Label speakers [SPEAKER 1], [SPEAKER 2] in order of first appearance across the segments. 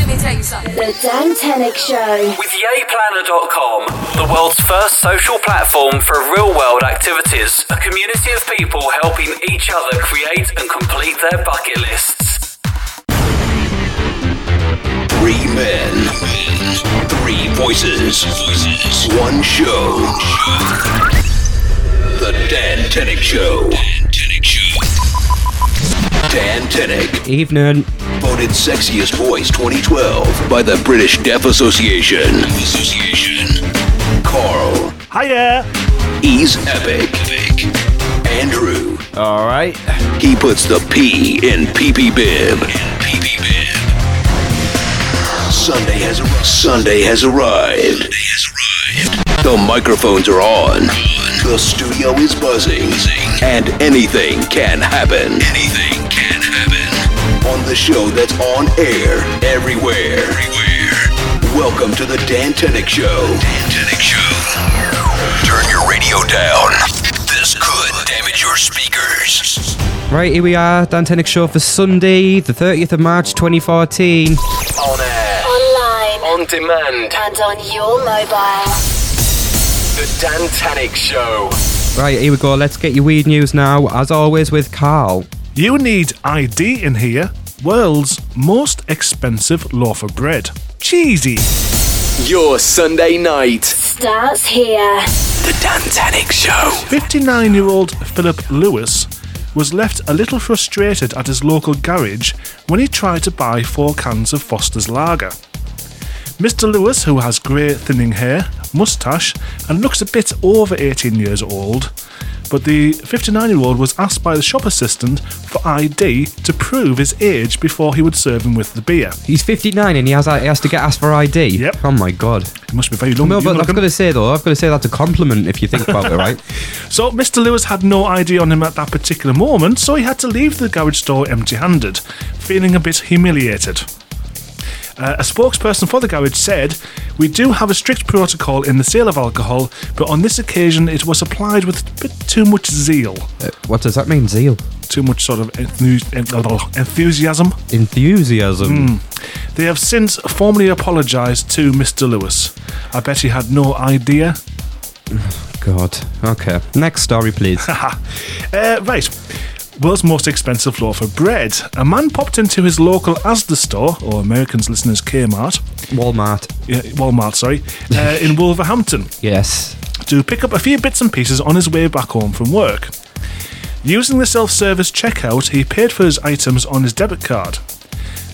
[SPEAKER 1] The Dan Tenick Show.
[SPEAKER 2] With YayPlanner.com, the world's first social platform for real world activities, a community of people helping each other create and complete their bucket lists.
[SPEAKER 3] Three men, three voices, one show. The Dan Tenick Show. Dan Tenick,
[SPEAKER 4] Evening.
[SPEAKER 3] voted sexiest voice 2012 by the British Deaf Association. Association. Carl,
[SPEAKER 5] Hiya!
[SPEAKER 3] he's epic. Andrew,
[SPEAKER 4] All right.
[SPEAKER 3] he puts the P in PP Bib. Sunday has arrived. Sunday has arrived. The microphones are on. The studio is buzzing. And anything can happen. Anything can happen. On the show that's on air everywhere. Everywhere. Welcome to the Dan Tenick Show. Dan Tenick Show. Turn your radio down. This could damage your speakers.
[SPEAKER 4] Right, here we are. Dan Tenick Show for Sunday, the 30th of March 2014.
[SPEAKER 2] On air,
[SPEAKER 1] Online
[SPEAKER 2] on demand,
[SPEAKER 1] and on your mobile.
[SPEAKER 2] The Dan Tanic Show.
[SPEAKER 4] Right, here we go. Let's get your weed news now, as always with Carl.
[SPEAKER 5] You need ID in here. World's most expensive loaf of bread. Cheesy.
[SPEAKER 6] Your Sunday night.
[SPEAKER 1] Starts here.
[SPEAKER 2] The Dan Tanic Show.
[SPEAKER 5] 59 year old Philip Lewis was left a little frustrated at his local garage when he tried to buy four cans of Foster's Lager. Mr. Lewis, who has grey thinning hair, moustache, and looks a bit over 18 years old, but the 59 year old was asked by the shop assistant for ID to prove his age before he would serve him with the beer.
[SPEAKER 4] He's 59 and he has, he has to get asked for ID.
[SPEAKER 5] Yep.
[SPEAKER 4] Oh my god.
[SPEAKER 5] He must be very long.
[SPEAKER 4] No,
[SPEAKER 5] you
[SPEAKER 4] but I've
[SPEAKER 5] look him.
[SPEAKER 4] got to say though, I've got to say that's a compliment if you think about it, right?
[SPEAKER 5] So Mr. Lewis had no ID on him at that particular moment, so he had to leave the garage store empty handed, feeling a bit humiliated. Uh, a spokesperson for the garage said, We do have a strict protocol in the sale of alcohol, but on this occasion it was applied with a bit too much zeal,
[SPEAKER 4] Uh, what does that mean, zeal?
[SPEAKER 5] too much sort of enthu- en- enthusiasm.
[SPEAKER 4] Enthusiasm.
[SPEAKER 5] Hmm. They have since formally apologised to Mr. Lewis. I bet he had no idea
[SPEAKER 4] God. Okay. Next story, please.
[SPEAKER 5] Uh, right. World's most expensive loaf of bread. A man popped into his local Asda store, or Americans' listeners Kmart,
[SPEAKER 4] Walmart.
[SPEAKER 5] yeah, Walmart, sorry, uh, in Wolverhampton,
[SPEAKER 4] Yes.
[SPEAKER 5] to pick up a few bits and pieces on his way back home from work. Using the self service checkout, he paid for his items on his debit card.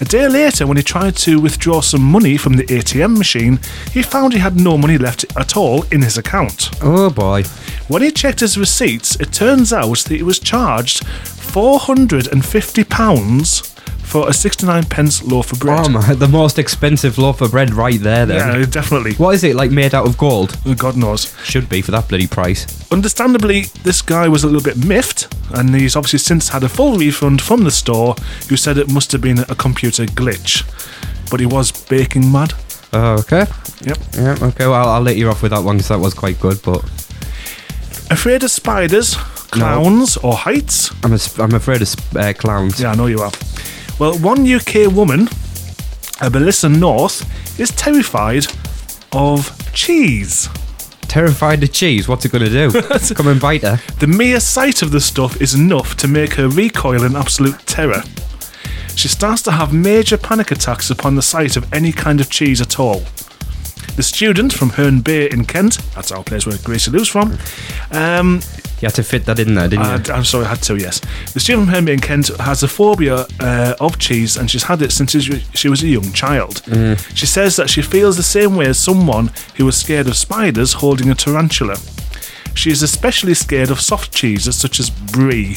[SPEAKER 5] A day later, when he tried to withdraw some money from the ATM machine, he found he had no money left at all in his account.
[SPEAKER 4] Oh boy.
[SPEAKER 5] When he checked his receipts, it turns out that he was charged £450 for a 69 pence loaf of bread.
[SPEAKER 4] Oh my, the most expensive loaf of bread right there then.
[SPEAKER 5] yeah, definitely.
[SPEAKER 4] What is it like made out of gold?
[SPEAKER 5] God knows.
[SPEAKER 4] Should be for that bloody price.
[SPEAKER 5] Understandably, this guy was a little bit miffed, and he's obviously since had a full refund from the store, who said it must have been a computer glitch. But he was baking mad.
[SPEAKER 4] Oh, okay.
[SPEAKER 5] Yep.
[SPEAKER 4] Yeah, okay. Well, I'll, I'll let you off with that one because that was quite good. But
[SPEAKER 5] Afraid of spiders, clowns, or heights?
[SPEAKER 4] I'm a, sp- I'm afraid of sp- uh, clowns.
[SPEAKER 5] Yeah, I know you are. Well, one UK woman, uh, Melissa North, is terrified of cheese.
[SPEAKER 4] Terrified of cheese. What's it gonna do? Come and bite her.
[SPEAKER 5] The mere sight of the stuff is enough to make her recoil in absolute terror. She starts to have major panic attacks upon the sight of any kind of cheese at all. The student from Herne Bay in Kent, that's our place where Gracie Lou's from, um,
[SPEAKER 4] You had to fit that in there, didn't you?
[SPEAKER 5] Uh, I'm sorry, I had to, yes. The student from in Kent has a phobia uh, of cheese and she's had it since she- she was a young child.
[SPEAKER 4] Mm.
[SPEAKER 5] She says that she feels the same way as someone who is scared of spiders holding a tarantula. She is especially scared of soft cheeses such as brie.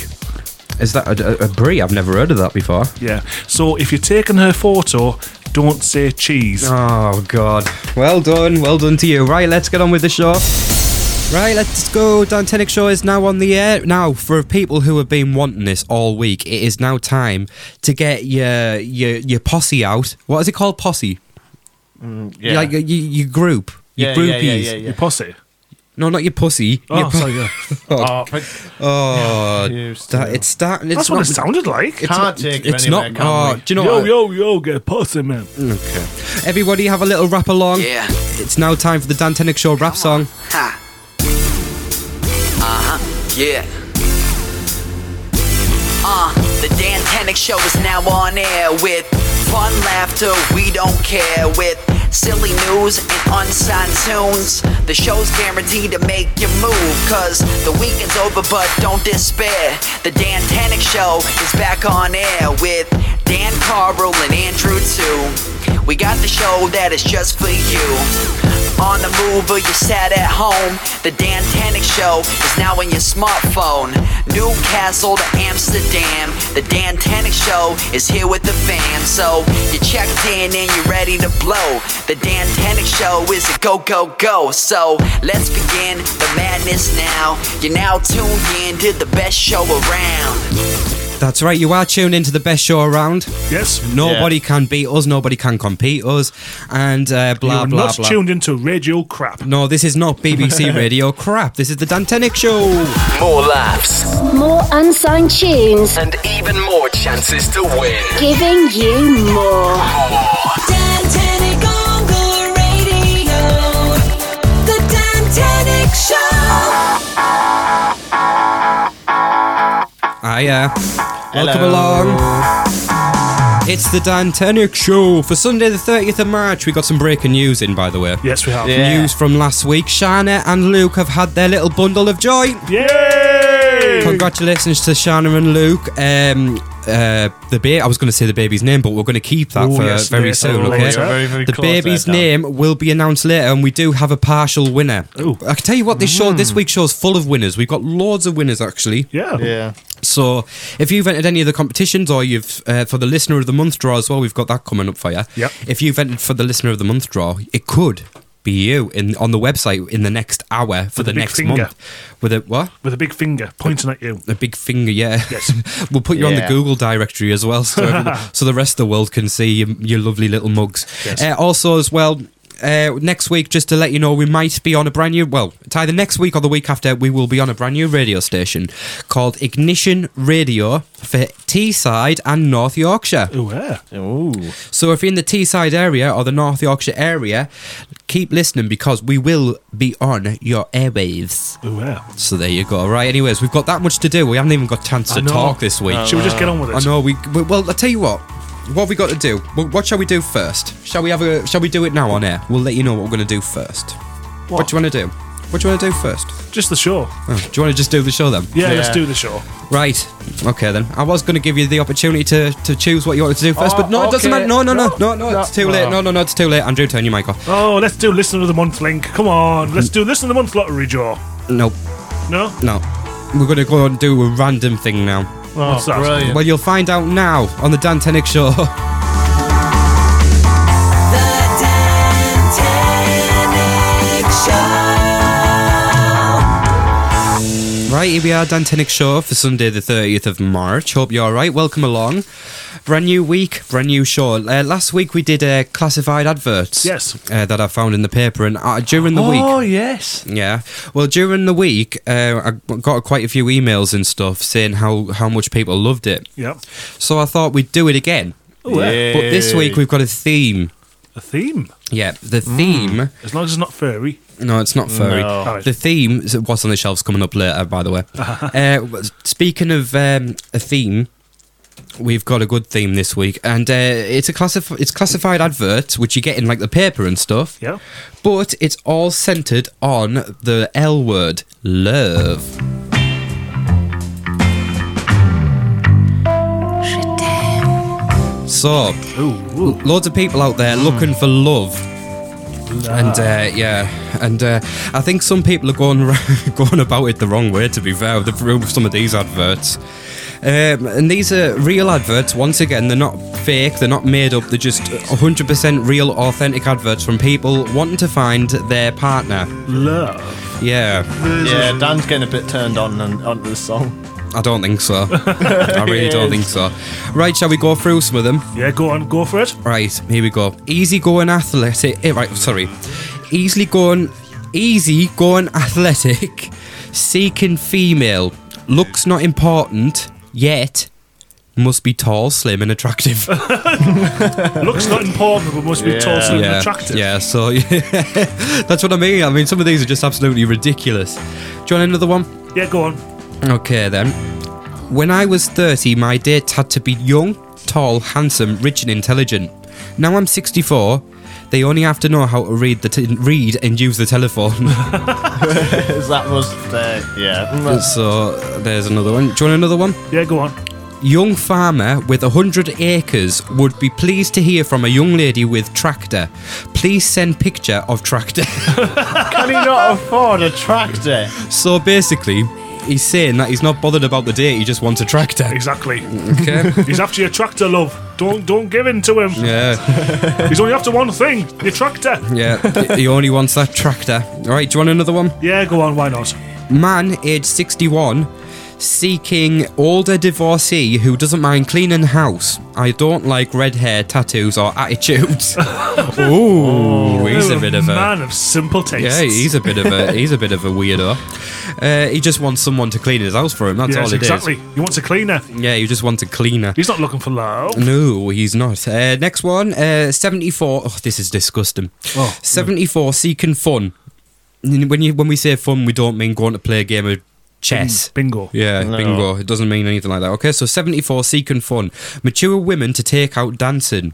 [SPEAKER 4] Is that a, a, a brie? I've never heard of that before.
[SPEAKER 5] Yeah. So if you're taking her photo, don't say cheese.
[SPEAKER 4] Oh God. Well done. Well done to you. Right, let's get on with the show. Right, let's go. Dan Tenick Show is now on the air. Now, for people who have been wanting this all week, it is now time to get your your your posse out. What is it called? Posse?
[SPEAKER 7] Yeah.
[SPEAKER 4] Like your, your, your group. Your
[SPEAKER 7] Yeah, yeah, yeah,
[SPEAKER 4] groupies.
[SPEAKER 7] yeah, yeah.
[SPEAKER 5] Your posse.
[SPEAKER 4] No, not your pussy.
[SPEAKER 5] Oh,
[SPEAKER 4] your pu-
[SPEAKER 5] sorry, yeah.
[SPEAKER 7] Oh, but
[SPEAKER 4] Oh,
[SPEAKER 7] You still-
[SPEAKER 4] that, it's starting. It's
[SPEAKER 5] That's
[SPEAKER 4] not,
[SPEAKER 5] what it sounded like.
[SPEAKER 4] It's
[SPEAKER 7] Can't
[SPEAKER 4] not,
[SPEAKER 7] take you
[SPEAKER 4] It's
[SPEAKER 7] anywhere,
[SPEAKER 4] not.
[SPEAKER 7] can
[SPEAKER 4] oh,
[SPEAKER 7] we?
[SPEAKER 4] do you know? Mm. what?
[SPEAKER 5] yo, yo, get pussy, man.
[SPEAKER 4] Okay. Everybody, have a little rap along.
[SPEAKER 8] Yeah.
[SPEAKER 4] It's now time for the Dan Tenick Show rap song.
[SPEAKER 8] Ha. Uh huh. Yeah. Uh, the Dan Tenick Show is now on air with fun laughter we don't care with silly news and unsigned tunes. The show's guaranteed to make you move, cause the weekend's over, but don't despair. The Dan Tenick Show is back on air with Dan Carl and Andrew too. We got the show that is just for you. On the move or you sat at home, the Dan Tanic Show is now on your smartphone. Newcastle to Amsterdam, the Dan Tanic Show is here with the fam. So you checked in and you're ready to blow. The Dan Tanic Show is a go, go, go. So let's begin the madness now. You're now tuned in to the best show around.
[SPEAKER 4] That's right. You are tuned into the best show around.
[SPEAKER 5] Yes.
[SPEAKER 4] Nobody can beat us. Nobody can compete us. And uh, blah
[SPEAKER 5] You're
[SPEAKER 4] blah
[SPEAKER 5] not
[SPEAKER 4] blah. Mm.
[SPEAKER 5] tuned into radio crap.
[SPEAKER 4] No, this is not BBC Radio crap. This is the Dan Tenick Show.
[SPEAKER 2] More laughs
[SPEAKER 1] More unsigned tunes,
[SPEAKER 2] and even more chances to win.
[SPEAKER 1] giving you more.
[SPEAKER 9] Dantanic on the radio. The Dantanic Show.
[SPEAKER 4] Hiya. Ah, Welcome along. It's the Dan Tenick Show for Sunday, the 30th of March. We got some breaking news in, by the way.
[SPEAKER 5] Yes, we have.
[SPEAKER 7] Yeah.
[SPEAKER 4] News from last week. Shana and Luke have had their little bundle of joy.
[SPEAKER 5] Yay!
[SPEAKER 4] Congratulations to Shana and Luke. Um, uh, the ba- I was going to say the baby's name, but we're going to keep that
[SPEAKER 5] Oh,
[SPEAKER 4] for
[SPEAKER 5] yes,
[SPEAKER 4] very
[SPEAKER 5] yes,
[SPEAKER 4] soon.
[SPEAKER 5] oh,
[SPEAKER 4] Okay.
[SPEAKER 5] later.
[SPEAKER 7] Very, very
[SPEAKER 4] the
[SPEAKER 7] close
[SPEAKER 4] baby's
[SPEAKER 7] there, Dan.
[SPEAKER 4] name will be announced later, and we do have a partial winner.
[SPEAKER 5] Ooh. Hmm.
[SPEAKER 4] I can tell you what, this show, this week's show is full of winners. We've got loads of winners actually.
[SPEAKER 5] Yeah.
[SPEAKER 7] Yeah.
[SPEAKER 4] So if you've entered any of the competitions, or you've uh, for the listener of the month draw as well, we've got that coming up for you.
[SPEAKER 5] Yep.
[SPEAKER 4] If you've entered for the listener of the month draw, it could be you in on the website in the next hour for
[SPEAKER 5] With a
[SPEAKER 4] the
[SPEAKER 5] big
[SPEAKER 4] next
[SPEAKER 5] finger.
[SPEAKER 4] month. With a what?
[SPEAKER 5] With a big finger pointing at you.
[SPEAKER 4] A big finger, yeah.
[SPEAKER 5] Yes.
[SPEAKER 4] we'll put you on the
[SPEAKER 7] Yeah.
[SPEAKER 4] Google directory as well, so, everyone- so the rest of the world can see your, your lovely little mugs.
[SPEAKER 5] Yes.
[SPEAKER 4] Uh, also, as well, uh, next week, just to let you know, we might be on a brand new. Well, it's either next week or the week after, we will be on a brand new radio station called Ignition Radio for Teesside and North Yorkshire.
[SPEAKER 5] Ooh, yeah.
[SPEAKER 7] Ooh.
[SPEAKER 4] So if you're in the Teesside area or the North Yorkshire area, keep listening because we will be on your airwaves.
[SPEAKER 5] Ooh, yeah.
[SPEAKER 4] So there you go. Right. Anyways, we've got that much to do. We haven't even got a chance
[SPEAKER 5] I
[SPEAKER 4] to
[SPEAKER 5] know.
[SPEAKER 4] talk this week.
[SPEAKER 5] Should we just get on with it?
[SPEAKER 4] I know. We we- well. I tell you what. What have we got to do? Well, what shall we do first? Shall we have a? Shall we do it now on air? We'll let you know what we're going to do first. What, do you want to do? What do you want to do first?
[SPEAKER 5] Just the show.
[SPEAKER 4] Oh, do you want to just do the show then?
[SPEAKER 5] Yeah,
[SPEAKER 7] Yeah.
[SPEAKER 5] let's do the show.
[SPEAKER 4] Right. Okay then. I was going to give you the opportunity to, to choose what you wanted to do first,
[SPEAKER 7] Oh,
[SPEAKER 4] but no, it doesn't
[SPEAKER 7] okay.
[SPEAKER 4] matter. No, no, no, no, no.
[SPEAKER 7] No,
[SPEAKER 4] It's too
[SPEAKER 7] no.
[SPEAKER 4] late. No, no, no. It's too late. Andrew, turn your mic off.
[SPEAKER 5] Oh, let's do Listener of the Month link. Come on. Let's do Listener of the Month lottery, Joe.
[SPEAKER 4] No,
[SPEAKER 5] No?
[SPEAKER 4] no. We're going to go and do a random thing now.
[SPEAKER 7] Oh,
[SPEAKER 5] What's that?
[SPEAKER 7] brilliant.
[SPEAKER 4] Well, you'll find out now on the Dan Tenick Show.
[SPEAKER 9] The Dantanic Show.
[SPEAKER 4] Right, here we are, Dan Tenick Show for Sunday, the 30th of March. Hope you're alright. Welcome along. Brand new week, brand new show. Uh, last week we did uh, classified adverts.
[SPEAKER 5] Yes.
[SPEAKER 4] Uh, that I found in the paper. And uh, during the week.
[SPEAKER 7] Oh, yes.
[SPEAKER 4] Yeah. Well, during the week, uh, I got quite a few emails and stuff saying how, how much people loved it.
[SPEAKER 5] Yep.
[SPEAKER 4] So I thought we'd do it again.
[SPEAKER 5] yeah.
[SPEAKER 4] But this week we've got a theme.
[SPEAKER 5] A theme.
[SPEAKER 4] Yeah, the
[SPEAKER 7] Mm.
[SPEAKER 4] theme.
[SPEAKER 5] As long as it's not furry.
[SPEAKER 4] No, it's not furry.
[SPEAKER 7] No.
[SPEAKER 5] Alright.
[SPEAKER 4] The theme, so what's on the shelves coming up later, by the way. uh, speaking of um, a theme, we've got a good theme this week, and uh, it's a classif- it's classified advert, which you get in like the paper and stuff.
[SPEAKER 5] Yeah.
[SPEAKER 4] But it's all centered on the L word, love. So,
[SPEAKER 5] Ooh. ooh.
[SPEAKER 4] loads of people out there looking for love. And uh, yeah, and uh, I think some people are going ra- going about it the wrong way. To be fair, the through some of these adverts, um, and these are real adverts. Once again, they're not fake. They're not made up. They're just 100% real, authentic adverts from people wanting to find their partner.
[SPEAKER 5] Love.
[SPEAKER 4] Yeah,
[SPEAKER 7] Yeah, Dan's getting a bit turned on and onto the song.
[SPEAKER 4] I don't think so. I really don't think so. Right, shall we go through some of them?
[SPEAKER 5] Yeah, go on. Go for it.
[SPEAKER 4] Right, here we go. Easy going athletic. eh, Right, sorry. Easily going Easy going athletic, seeking female, looks not important yet, must be tall, slim, and attractive.
[SPEAKER 5] Looks not important, but must be
[SPEAKER 7] Yeah.
[SPEAKER 5] tall, slim, and
[SPEAKER 4] yeah,
[SPEAKER 5] attractive.
[SPEAKER 4] yeah, so that's what I mean. I mean, some of these are just absolutely ridiculous. Do you want another one?
[SPEAKER 5] Yeah, go on.
[SPEAKER 4] Okay then. When I was 30, my date had to be young, tall, handsome, rich and intelligent. Now I'm 64. They only have to know how to read the t- read and use the telephone.
[SPEAKER 7] that was uh, yeah.
[SPEAKER 4] so there's another one. Do you want another one?
[SPEAKER 5] Yeah, go on.
[SPEAKER 4] Young farmer with 100 acres would be pleased to hear from a young lady with tractor. Please send picture of tractor.
[SPEAKER 7] Can he not afford a tractor?
[SPEAKER 4] so basically, he's saying that he's not bothered about the date. He just wants a tractor.
[SPEAKER 5] Exactly.
[SPEAKER 4] Okay.
[SPEAKER 5] He's after your tractor, love. Don't don't give in to him.
[SPEAKER 4] yeah.
[SPEAKER 5] He's only after one thing, your tractor.
[SPEAKER 4] Yeah, he only wants that tractor. All right, do you want another one?
[SPEAKER 5] Yeah, go on, why not?
[SPEAKER 4] Man, age 61, seeking older divorcee who doesn't mind cleaning house. I don't like red hair, tattoos, or attitudes. Ooh, he's
[SPEAKER 5] Oh,
[SPEAKER 4] a bit of a.
[SPEAKER 5] man of simple tastes.
[SPEAKER 4] Yeah, he's a bit of a he's a bit of a weirdo. Uh, he just wants someone to clean his house for him. That's
[SPEAKER 5] yes,
[SPEAKER 4] all it is.
[SPEAKER 5] exactly. He wants a cleaner.
[SPEAKER 4] Yeah, you just want a cleaner.
[SPEAKER 5] He's not looking for love.
[SPEAKER 4] No, he's not. Uh, next one, uh, 74. Oh, this is disgusting. 74, seeking fun. N- When you when we say fun, we don't mean going to play a game of chess.
[SPEAKER 5] Mm, Bingo.
[SPEAKER 4] Yeah, bingo. It doesn't mean anything like that. Okay, so 74, seeking fun. Mature women to take out dancing.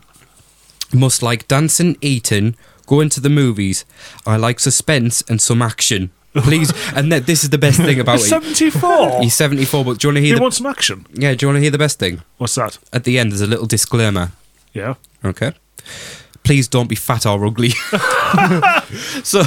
[SPEAKER 4] Must like dancing, eating, going to the movies. I like suspense and some action. Please, and th- this is the best thing about
[SPEAKER 5] He's
[SPEAKER 4] it.
[SPEAKER 5] 74.
[SPEAKER 4] He's 74, but do you want to
[SPEAKER 5] he
[SPEAKER 4] hear the,
[SPEAKER 5] wants some action.
[SPEAKER 4] yeah, do you want to hear the best thing?
[SPEAKER 5] What's that?
[SPEAKER 4] At the end, there's a little disclaimer.
[SPEAKER 5] Yeah.
[SPEAKER 4] Okay. Please don't be fat or ugly. so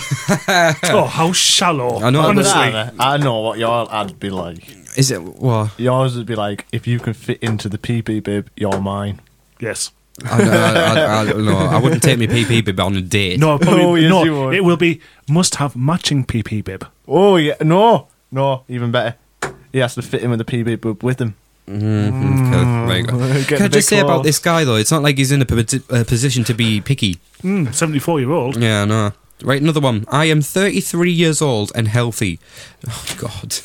[SPEAKER 5] Oh, how shallow.
[SPEAKER 4] I know.
[SPEAKER 5] Honestly.
[SPEAKER 7] Banana, I know what your ad'd be like.
[SPEAKER 4] is it well?
[SPEAKER 7] Yours would be like, if you can fit into the PP bib, you're mine.
[SPEAKER 5] Yes.
[SPEAKER 4] I, don't- I, I, I, don't know. I wouldn't take my PP bib on a date.
[SPEAKER 5] No, probably
[SPEAKER 7] Oh, yes,
[SPEAKER 5] no.
[SPEAKER 7] you would.
[SPEAKER 5] It will be must have matching PP bib.
[SPEAKER 7] Oh yeah, no, no, even better. He has to fit him with the PB bib with him.
[SPEAKER 4] Mm, Okay, there you go.
[SPEAKER 7] Get
[SPEAKER 4] Can I
[SPEAKER 7] the big
[SPEAKER 4] just say about
[SPEAKER 7] claws.
[SPEAKER 4] this guy though? It's not like he's in a p- uh, position to be picky.
[SPEAKER 5] Mm, 74 year old.
[SPEAKER 4] Yeah, no. Right, another one. I am 33 years old and healthy. Oh God.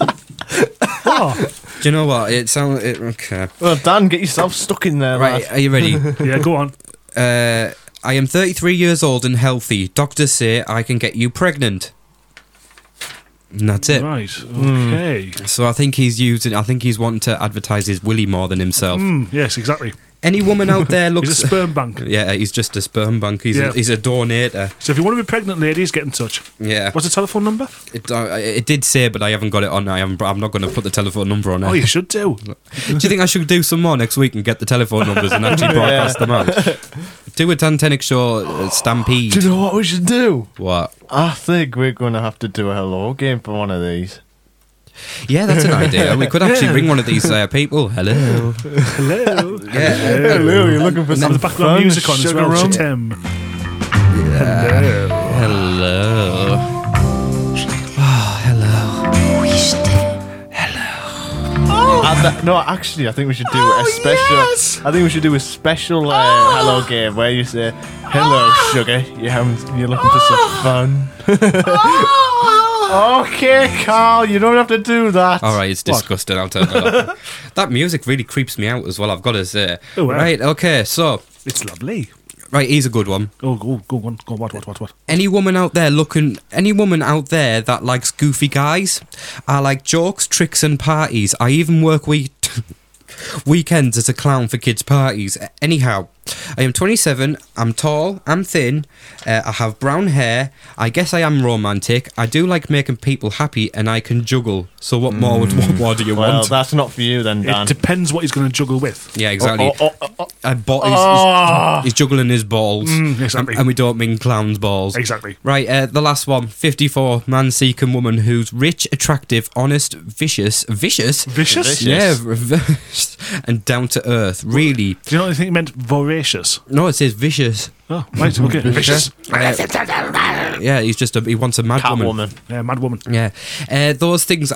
[SPEAKER 5] Oh,
[SPEAKER 4] Do you know what? It sounds. It, okay.
[SPEAKER 7] Well, Dan, get yourself stuck in there,
[SPEAKER 4] Right,
[SPEAKER 7] right?
[SPEAKER 4] are you ready?
[SPEAKER 5] yeah, go on.
[SPEAKER 4] Uh, I am 33 years old and healthy. Doctors say I can get you pregnant. And that's it.
[SPEAKER 5] Right.
[SPEAKER 4] Mm.
[SPEAKER 5] Okay.
[SPEAKER 4] So I think he's using. I think he's wanting to advertise his willy more than himself.
[SPEAKER 5] Mm, yes, exactly.
[SPEAKER 4] Any woman out there
[SPEAKER 5] He's a
[SPEAKER 4] looks.
[SPEAKER 5] sperm bank.
[SPEAKER 4] yeah, he's just a sperm bank. He's
[SPEAKER 5] Yeah.
[SPEAKER 4] a, he's a donator.
[SPEAKER 5] So if you want to be pregnant, ladies, get in touch.
[SPEAKER 4] Yeah,
[SPEAKER 5] What's the telephone number?
[SPEAKER 4] it, uh, it did say, but I haven't got it on. I haven't. I'm not going to put the telephone number on.
[SPEAKER 5] Oh,
[SPEAKER 4] It.
[SPEAKER 5] you should do.
[SPEAKER 4] do you think I should do some more next week and get the telephone numbers and actually broadcast them out? Do a Tantenic Show uh, stampede.
[SPEAKER 7] Do you know what we should do?
[SPEAKER 4] what?
[SPEAKER 7] I think we're gonna have to do a hello game for one of these.
[SPEAKER 4] Yeah, that's an idea. We could actually ring one of these uh, people. Hello.
[SPEAKER 5] Hello.
[SPEAKER 4] Yeah.
[SPEAKER 7] Hello, you're looking for
[SPEAKER 5] And
[SPEAKER 7] some
[SPEAKER 5] the background
[SPEAKER 7] fun,
[SPEAKER 5] music on as
[SPEAKER 7] sugar
[SPEAKER 5] well.
[SPEAKER 7] rum?
[SPEAKER 5] Tim.
[SPEAKER 4] Hello.
[SPEAKER 7] And that- no, actually, I think we should do a special. I think we should do a special uh, hello game where you say, "Hello, sugar. You haven't, you're looking for some fun." Ah! okay, Carl, you don't have to do that.
[SPEAKER 4] All right, it's disgusting. I'll turn that off. That music really creeps me out as well. I've got to say.
[SPEAKER 5] Oh, wow.
[SPEAKER 4] Right. Okay. So,
[SPEAKER 5] It's lovely.
[SPEAKER 4] right, he's a good one.
[SPEAKER 5] Oh, go, go on. Go on. What, what, what, what?
[SPEAKER 4] Any woman out there looking, any woman out there that likes goofy guys, I like jokes, tricks, and parties. I even work week weekends as a clown for kids' parties. Anyhow, I am 27. I'm tall. I'm thin. Uh, I have brown hair. I guess I am romantic. I do like making people happy, and I can juggle. So, what more? Would, what more do you
[SPEAKER 7] Well,
[SPEAKER 4] want?
[SPEAKER 7] that's not for you then, Dan.
[SPEAKER 5] It depends what he's going to juggle with.
[SPEAKER 4] Yeah, exactly.
[SPEAKER 7] Oh, oh, oh, oh,
[SPEAKER 4] A bo- he's- he's, he's juggling his balls.
[SPEAKER 5] Oh. Mm, exactly.
[SPEAKER 4] And, and we don't mean clown's balls.
[SPEAKER 5] Exactly.
[SPEAKER 4] Right, uh, the last one 54 man seeking woman who's rich, attractive, honest, vicious, vicious?
[SPEAKER 5] Vicious?
[SPEAKER 7] Vicious.
[SPEAKER 4] Yeah, v- and down to earth. Really?
[SPEAKER 5] Do you know what I think he meant? Voracious.
[SPEAKER 4] No, it says vicious. Uh,
[SPEAKER 5] Oh, right. Okay. Vicious.
[SPEAKER 4] Yeah, he's just a, he wants a mad
[SPEAKER 7] Catwoman.
[SPEAKER 4] woman.
[SPEAKER 5] Yeah, mad woman.
[SPEAKER 4] Yeah, uh, those things,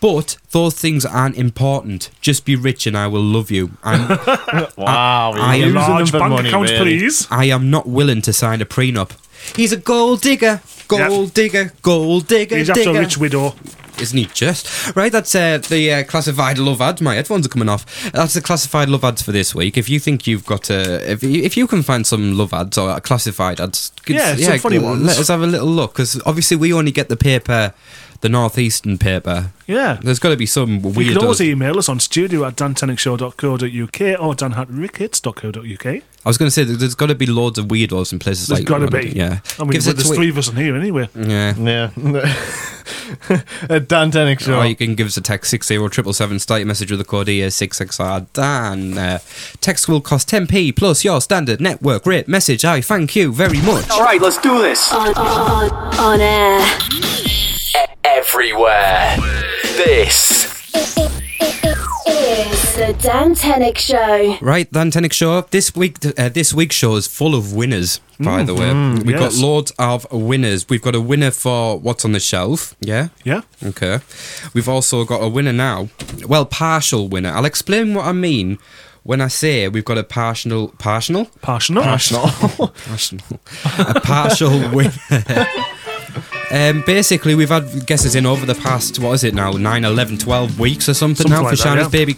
[SPEAKER 4] but those things aren't important. Just be rich, and I will love you. I'm,
[SPEAKER 7] Wow,
[SPEAKER 4] Uh, I
[SPEAKER 7] you're
[SPEAKER 4] am
[SPEAKER 7] using them
[SPEAKER 5] Large
[SPEAKER 7] for
[SPEAKER 5] bank
[SPEAKER 7] money,
[SPEAKER 5] account,
[SPEAKER 7] really.
[SPEAKER 5] please.
[SPEAKER 4] I am not willing to sign a prenup. He's a gold digger. Gold digger, gold digger,
[SPEAKER 5] He's after
[SPEAKER 4] digger.
[SPEAKER 5] a rich widow.
[SPEAKER 4] Isn't he just? Right, that's uh, the uh, classified love ads. My headphones are coming off. That's the classified love ads for this week. If you think you've got a, if you, if you can find some love ads or uh, classified ads, could-
[SPEAKER 5] Yeah, some funny ones.
[SPEAKER 4] Let us have a little look because obviously we only get the paper, the northeastern paper.
[SPEAKER 5] Yeah.
[SPEAKER 4] There's got to be some
[SPEAKER 5] You
[SPEAKER 4] weird.
[SPEAKER 5] can always e- email us on studio at dantenickshow.co.uk or danhatrickets.co.uk.
[SPEAKER 4] I was going to say that there's got to be loads of weirdos in places
[SPEAKER 5] There's
[SPEAKER 4] like
[SPEAKER 5] got to be.
[SPEAKER 4] Yeah,
[SPEAKER 5] I mean,
[SPEAKER 4] Give us a
[SPEAKER 5] but there's
[SPEAKER 4] tweet.
[SPEAKER 5] three of us in here anyway.
[SPEAKER 4] Yeah.
[SPEAKER 7] Yeah. At Uh, Dan Tenick Show.
[SPEAKER 4] Or you can give us a text six zero triple seven. Start your message with the code EA six six R Dan. Uh, text will cost ten p plus your standard network rate message. I thank you very much.
[SPEAKER 2] All right, let's do this.
[SPEAKER 1] on, on, on air.
[SPEAKER 6] Everywhere. This
[SPEAKER 1] It's the Dan Tenick Show.
[SPEAKER 4] Right, Dan Tenick Show. This week, uh, this week's show is full of winners. By the way, we've got
[SPEAKER 5] yes.
[SPEAKER 4] loads of winners. We've got a winner for what's on the shelf. Yeah.
[SPEAKER 5] Yeah.
[SPEAKER 4] Okay. We've also got a winner now. Well, partial winner. I'll explain what I mean when I say we've got a partial, partial,
[SPEAKER 5] Partial.
[SPEAKER 4] partial, a partial winner. Um, basically, we've had guesses in over the past, what is it now, 9, 11, 12 weeks or something, now
[SPEAKER 5] Something
[SPEAKER 4] for
[SPEAKER 5] like that,
[SPEAKER 4] Shana's
[SPEAKER 5] yeah.
[SPEAKER 4] baby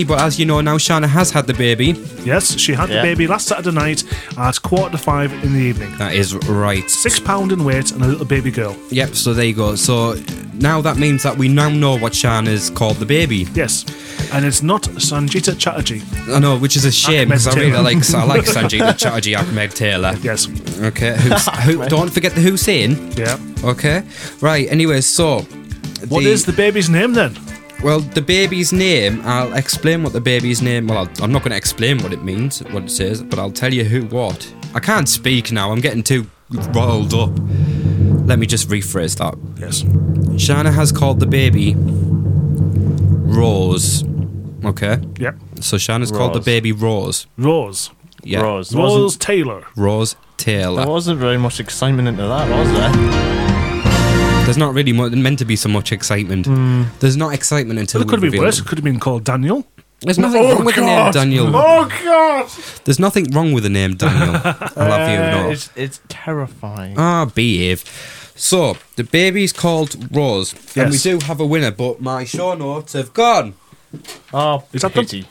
[SPEAKER 4] uh, thingy. But as you know now, Shana has had the baby.
[SPEAKER 5] Yes, she had the
[SPEAKER 7] Yeah.
[SPEAKER 5] baby last Saturday night at quarter to five in the evening.
[SPEAKER 4] That is right.
[SPEAKER 5] Six pound in weight and a little baby girl.
[SPEAKER 4] Yep, so there you go. So now that means that we now know what Shana's called the baby.
[SPEAKER 5] Yes, and it's not Sanjita Chatterjee.
[SPEAKER 4] I know, which is a shame because I
[SPEAKER 5] Ahmed
[SPEAKER 4] really
[SPEAKER 5] Taylor.
[SPEAKER 4] like, I like Sanjeev Chatterjee Ahmed Taylor.
[SPEAKER 5] Yes,
[SPEAKER 4] Okay, who's, who, don't forget the Hussein.
[SPEAKER 5] yeah.
[SPEAKER 4] Okay, right. Anyway, so
[SPEAKER 5] What is the baby's name then?
[SPEAKER 4] well the baby's name? I'll explain what the baby's name. Well, I'll, I'm not going to explain what it means, what it says, but I'll tell you who what. I can't speak now. I'm getting too rolled up. Let me just rephrase that.
[SPEAKER 5] Yes,
[SPEAKER 4] Shana has called the baby Rose. Okay,
[SPEAKER 5] yeah.
[SPEAKER 4] so Shana's called the
[SPEAKER 7] Rose.
[SPEAKER 4] baby Rose.
[SPEAKER 5] Rose.
[SPEAKER 4] Yeah,
[SPEAKER 7] Rose. There wasn't-
[SPEAKER 5] Rose Taylor.
[SPEAKER 4] Rose Taylor.
[SPEAKER 7] There wasn't very much excitement into that, was there?
[SPEAKER 4] There's not really mo- meant to be so much excitement.
[SPEAKER 7] Hmm.
[SPEAKER 4] There's not excitement until
[SPEAKER 5] But it could
[SPEAKER 4] we
[SPEAKER 5] have been
[SPEAKER 4] reveal
[SPEAKER 5] worse.
[SPEAKER 4] it.
[SPEAKER 5] It could have been called Daniel.
[SPEAKER 4] There's nothing wrong with the name Daniel.
[SPEAKER 7] Oh God!
[SPEAKER 4] There's nothing wrong with the name Daniel. I love you.
[SPEAKER 7] Uh,
[SPEAKER 4] No.
[SPEAKER 7] it's, it's terrifying.
[SPEAKER 4] Ah, behave. So the baby's called Rose, and we
[SPEAKER 5] Yes.
[SPEAKER 4] do have a winner, but my show notes have gone.
[SPEAKER 7] Oh,
[SPEAKER 5] Is that
[SPEAKER 7] pity.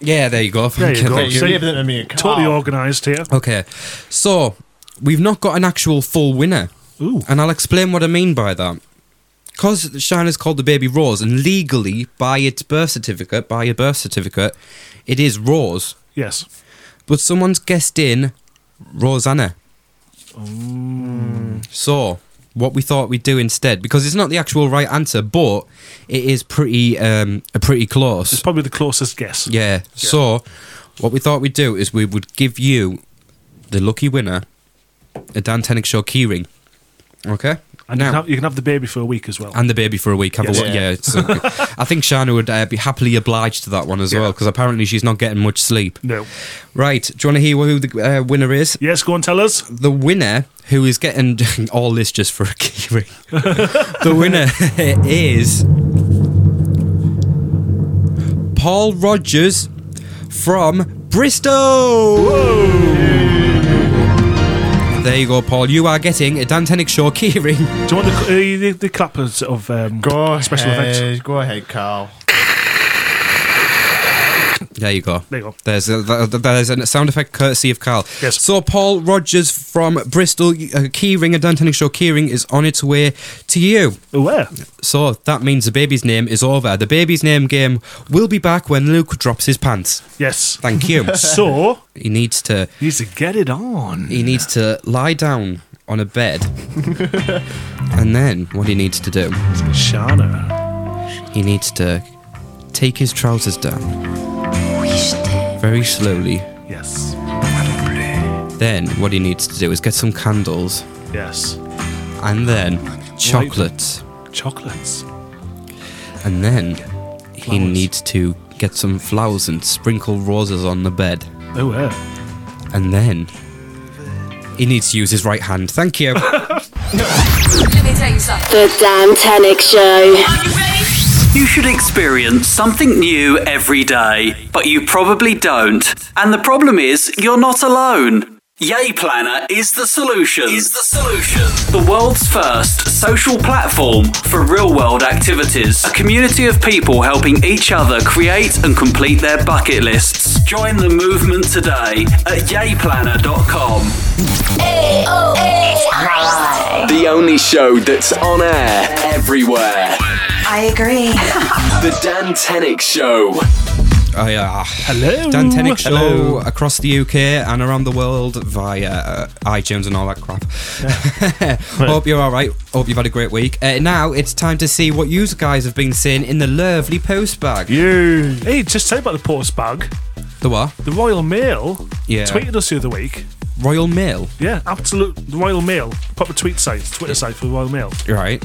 [SPEAKER 4] Yeah, there you go.
[SPEAKER 5] There you
[SPEAKER 4] Thank
[SPEAKER 5] go.
[SPEAKER 7] Hey, you
[SPEAKER 5] So
[SPEAKER 7] gave them to me a car.
[SPEAKER 5] Totally organised here.
[SPEAKER 4] Okay, so we've not got an actual full winner,
[SPEAKER 5] Ooh.
[SPEAKER 4] and I'll explain what I mean by that. Because Shana's called the baby Rose, and legally, by its birth certificate, by your birth certificate, it is Rose.
[SPEAKER 5] Yes.
[SPEAKER 4] but someone's guessed in Rosanna.
[SPEAKER 5] Mm.
[SPEAKER 4] So, what we thought we'd do instead, because it's not the actual right answer, but it is pretty, um, pretty
[SPEAKER 5] It's
[SPEAKER 4] close.
[SPEAKER 5] probably the closest guess.
[SPEAKER 4] Yeah. So, what we thought we'd do is we would give you the lucky winner a Dan Tenick Show keyring. Okay.
[SPEAKER 5] And you can, have, you can have the baby for a week as well.
[SPEAKER 4] And the baby for a week. Have
[SPEAKER 5] Yes.
[SPEAKER 4] a, yeah, it's okay. I think Shana would uh, be happily obliged to that one as well, 'cause well, because apparently she's not getting much sleep.
[SPEAKER 5] no.
[SPEAKER 4] Right, do you want to hear who the uh, winner is?
[SPEAKER 5] Yes, go and tell us.
[SPEAKER 4] the winner who is getting all this just for a key ring. the winner is Paul Rogers from Bristol. There you go, Paul. You are getting a Dan Tenick Shaw key ring.
[SPEAKER 5] Do you want the, uh, the, the clappers of um,
[SPEAKER 7] Go
[SPEAKER 5] special
[SPEAKER 7] ahead.
[SPEAKER 5] effects?
[SPEAKER 7] Go ahead, Carl.
[SPEAKER 4] There you go.
[SPEAKER 5] There you go.
[SPEAKER 4] There's a, th- th- there's a sound effect courtesy of Carl.
[SPEAKER 5] Yes.
[SPEAKER 4] So Paul Rogers from Bristol, uh, key ring, a Dan Tenick Shaw key ring is on its way to you.
[SPEAKER 5] Oh, Where?
[SPEAKER 4] So that means the baby's name is over. The baby's name game will be back when Luke drops his pants.
[SPEAKER 5] Yes.
[SPEAKER 4] Thank you.
[SPEAKER 5] So,
[SPEAKER 4] he needs to
[SPEAKER 5] you need to get it on.
[SPEAKER 4] he needs to lie down on a bed. and then what he needs to do,
[SPEAKER 5] Shana.
[SPEAKER 4] he needs to take his trousers down. Very slowly.
[SPEAKER 5] Yes.
[SPEAKER 4] Then what he needs to do is get some candles
[SPEAKER 5] Yes.
[SPEAKER 4] and then chocolates.
[SPEAKER 5] Chocolates.
[SPEAKER 4] And then he
[SPEAKER 5] Flowers.
[SPEAKER 4] needs to get some flowers and sprinkle roses on the bed.
[SPEAKER 5] Oh, yeah.
[SPEAKER 4] And then he needs to use his right hand. Thank you.
[SPEAKER 9] Let me tell you something.
[SPEAKER 1] The Dan Tenick Show.
[SPEAKER 9] Are you ready?
[SPEAKER 2] You should experience something new every day, but you probably don't. And the problem is, you're not alone. Yay Planner is the solution. Is the solution. The world's first social platform for real world activities. A community of people helping each other create and complete their bucket lists. Join the movement today at yayplanner.com.
[SPEAKER 10] The only show that's on air everywhere.
[SPEAKER 11] I agree.
[SPEAKER 10] The Dan Tenick Show.
[SPEAKER 4] Oh yeah.
[SPEAKER 5] Hello.
[SPEAKER 4] Dan Tenick Show
[SPEAKER 5] Hello.
[SPEAKER 4] across the UK and around the world via uh, iTunes and all that crap. Hope you're all right. Hope you've had a great week. Uh, now it's time to see what you guys have been saying in the lovely post bag.
[SPEAKER 5] You. Hey, just tell you about the post bag.
[SPEAKER 4] The what?
[SPEAKER 5] The Royal Mail
[SPEAKER 4] Yeah.
[SPEAKER 5] tweeted us the other week.
[SPEAKER 4] Royal Mail.
[SPEAKER 5] Yeah, absolute the Royal Mail. Proper tweet site, Twitter site for the Royal Mail.
[SPEAKER 4] Right.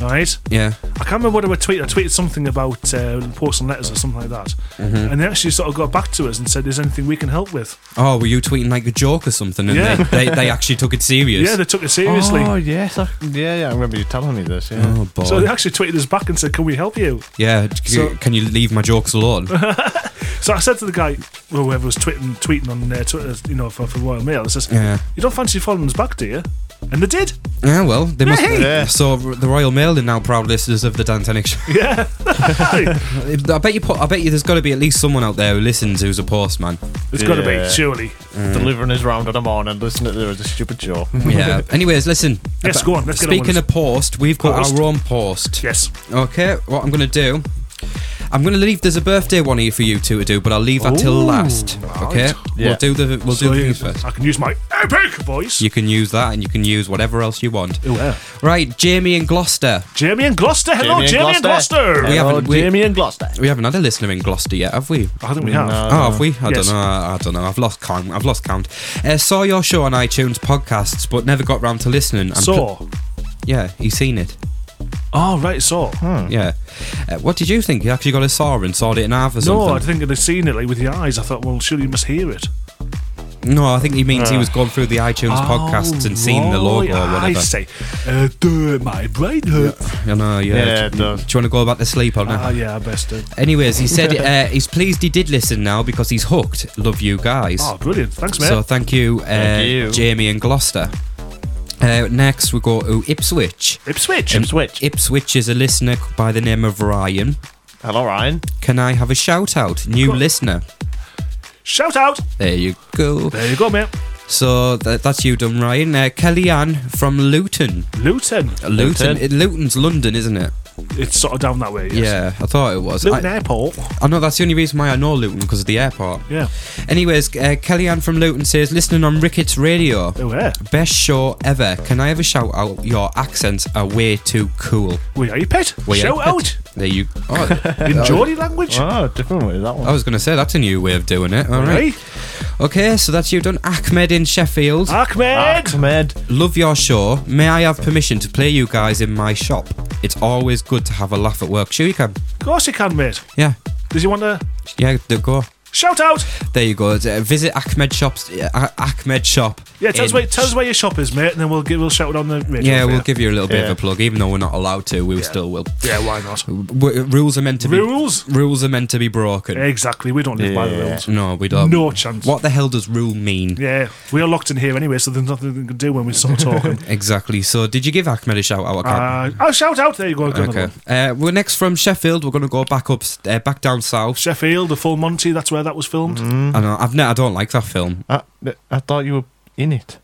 [SPEAKER 5] All right.
[SPEAKER 4] Yeah.
[SPEAKER 5] I can't remember what I tweeted. I tweeted something about uh, postal letters or something like that. And they actually sort of got back to us and said, "Is there anything we can help with?"
[SPEAKER 4] Oh, were you tweeting like a joke or something? And
[SPEAKER 5] Yeah.
[SPEAKER 4] they, they, they actually took it serious.
[SPEAKER 5] Yeah, they took it seriously.
[SPEAKER 7] Oh yes, I, yeah, yeah. I remember you telling me this. Yeah.
[SPEAKER 4] oh boy.
[SPEAKER 5] so they actually tweeted us back and said, "Can we help you?"
[SPEAKER 4] yeah. c-
[SPEAKER 5] So-
[SPEAKER 4] can you leave my jokes alone?
[SPEAKER 5] So I said to the guy, well, whoever was tweeting tweeting on uh, Twitter, you know, for, for Royal Mail, I says,
[SPEAKER 4] Yeah.
[SPEAKER 5] "You don't fancy following us back, do you?" And they did.
[SPEAKER 4] yeah. Well, they must.
[SPEAKER 5] Hey!
[SPEAKER 7] Yeah.
[SPEAKER 4] So the Royal Mail are now proud listeners of the Dan Tenick Show.
[SPEAKER 5] Yeah.
[SPEAKER 4] I bet you. Put, I bet you. There's got to be at least someone out there who listens who's a postman.
[SPEAKER 5] It's got to
[SPEAKER 7] Yeah.
[SPEAKER 5] be surely.
[SPEAKER 7] Delivering his round on a morning, listening to there is a stupid joke.
[SPEAKER 4] Yeah. Anyways, listen.
[SPEAKER 5] Yes,
[SPEAKER 4] Ab-
[SPEAKER 5] go on, let's get on with
[SPEAKER 4] Speaking
[SPEAKER 5] this.
[SPEAKER 4] of post, we've got
[SPEAKER 5] Post.
[SPEAKER 4] our own post.
[SPEAKER 5] Yes.
[SPEAKER 4] Okay. What I'm going to do. I'm going to leave. There's a birthday one here for you two to do, but I'll leave that till
[SPEAKER 5] Ooh,
[SPEAKER 4] last.
[SPEAKER 5] right.
[SPEAKER 4] Okay.
[SPEAKER 7] Yeah.
[SPEAKER 4] We'll do the. We'll
[SPEAKER 5] So
[SPEAKER 4] do the
[SPEAKER 5] yeah,
[SPEAKER 4] thing first.
[SPEAKER 5] I can use my epic voice.
[SPEAKER 4] You can use that, and you can use whatever else you want.
[SPEAKER 5] Oh, yeah.
[SPEAKER 4] Right, Jamie in Gloucester.
[SPEAKER 5] Jamie and Gloucester. Hello, Jamie, and Gloucester.
[SPEAKER 4] We
[SPEAKER 7] Hello,
[SPEAKER 4] haven't- we-
[SPEAKER 7] Jamie and Gloucester.
[SPEAKER 4] We haven't had a listener in Gloucester yet, have we?
[SPEAKER 5] I think we have.
[SPEAKER 7] No.
[SPEAKER 4] Oh, have we? I
[SPEAKER 5] Yes.
[SPEAKER 4] don't know. I don't know. I've lost count. I've lost count. Uh, saw your show on iTunes podcasts, but never got round to listening. and pl-
[SPEAKER 5] Saw.
[SPEAKER 4] yeah, he's seen it.
[SPEAKER 5] oh, right, Saw.
[SPEAKER 4] Yeah. Uh, what did you think? You actually got a saw and sawed it in half or
[SPEAKER 5] No, I
[SPEAKER 4] something?
[SPEAKER 5] think I'd seen it like with your eyes. I thought, well, surely you must hear it.
[SPEAKER 4] No, I think he means he was going through the iTunes podcasts and seeing the logo
[SPEAKER 5] Uh. Oh, Right,
[SPEAKER 4] or whatever.
[SPEAKER 5] I say, uh, duh, my brain hurts.
[SPEAKER 4] I know, yeah.
[SPEAKER 7] Yeah, it
[SPEAKER 4] do,
[SPEAKER 7] does.
[SPEAKER 4] do you want to go back to sleep or not?
[SPEAKER 5] Ah, yeah, I best do.
[SPEAKER 4] Anyways, he said uh, he's pleased he did listen now because he's hooked. Love you guys.
[SPEAKER 5] Oh, brilliant. Thanks, mate.
[SPEAKER 4] So thank you, uh,
[SPEAKER 7] Thank you.
[SPEAKER 4] Jamie and Gloucester. Uh, next, we go to Ipswich.
[SPEAKER 5] Ipswich.
[SPEAKER 4] Um, Ipswich is a listener by the name of Ryan.
[SPEAKER 7] Hello, Ryan.
[SPEAKER 4] Can I have a shout out? New listener.
[SPEAKER 5] Shout out.
[SPEAKER 4] There you go.
[SPEAKER 5] There you go, mate.
[SPEAKER 4] So tha- that's you done, Ryan. Uh, Kellyanne from Luton.
[SPEAKER 5] Luton.
[SPEAKER 4] Luton. It- Luton's London, isn't it?
[SPEAKER 5] It's sort of down that way. Yes.
[SPEAKER 4] Yeah, I thought it was.
[SPEAKER 5] Luton
[SPEAKER 4] I,
[SPEAKER 5] Airport.
[SPEAKER 4] I know that's the only reason why I know Luton because of the airport.
[SPEAKER 5] Yeah.
[SPEAKER 4] Anyways, uh, Kellyanne from Luton says, listening on Ricketts Radio.
[SPEAKER 5] Oh, yeah.
[SPEAKER 4] Best show ever. Can I have a shout out? Your accents are way too cool.
[SPEAKER 5] We are your pet.
[SPEAKER 4] Way
[SPEAKER 5] Shout
[SPEAKER 4] ahead.
[SPEAKER 5] out.
[SPEAKER 4] There you. Oh,
[SPEAKER 5] In Geordie language.
[SPEAKER 7] Oh, different way that one.
[SPEAKER 4] I was going to say that's a new way of doing it. All right.
[SPEAKER 5] Hey,
[SPEAKER 4] Okay, so that's you done. Ahmed in Sheffield.
[SPEAKER 5] Ah. Ahmed.
[SPEAKER 7] Ahmed.
[SPEAKER 4] Love your show. May I have permission to play you guys in my shop? It's always good to have a laugh at work. Sure, you can.
[SPEAKER 5] Of course you can, mate.
[SPEAKER 4] Yeah,
[SPEAKER 5] Does you want to
[SPEAKER 4] yeah. do Go.
[SPEAKER 5] shout out?
[SPEAKER 4] There you go. Uh, Visit Ahmed shops. Uh, Ah- Ahmed shop.
[SPEAKER 5] Yeah, tell us,
[SPEAKER 4] in-
[SPEAKER 5] where, tell us where your shop is, mate, and then we'll give, we'll shout it on the radio.
[SPEAKER 4] Yeah,
[SPEAKER 5] for
[SPEAKER 4] we'll
[SPEAKER 5] you.
[SPEAKER 4] give you a little bit of
[SPEAKER 7] Yeah.
[SPEAKER 4] a plug, even though we're not allowed to. We still will.
[SPEAKER 5] Yeah, why not?
[SPEAKER 4] W- rules are meant to
[SPEAKER 5] Rules?
[SPEAKER 4] be rules are meant to be broken.
[SPEAKER 5] Exactly. We don't live by the
[SPEAKER 7] Yeah.
[SPEAKER 5] rules.
[SPEAKER 4] No, we don't.
[SPEAKER 5] No chance.
[SPEAKER 4] What the hell does rule mean?
[SPEAKER 5] Yeah, we are locked in here anyway, so there's nothing we can do when we start talking.
[SPEAKER 4] Exactly. So, did you give Ahmed a shout out? I can't-
[SPEAKER 5] uh, oh, shout out! There you go. another
[SPEAKER 4] okay.
[SPEAKER 5] one.
[SPEAKER 4] Uh, we're next from Sheffield. We're going to go back up, uh, back down south.
[SPEAKER 5] Sheffield, the Full Monty. That's where that was filmed.
[SPEAKER 4] I know. I've ne- I don't like that film.
[SPEAKER 7] I, I thought you were in it.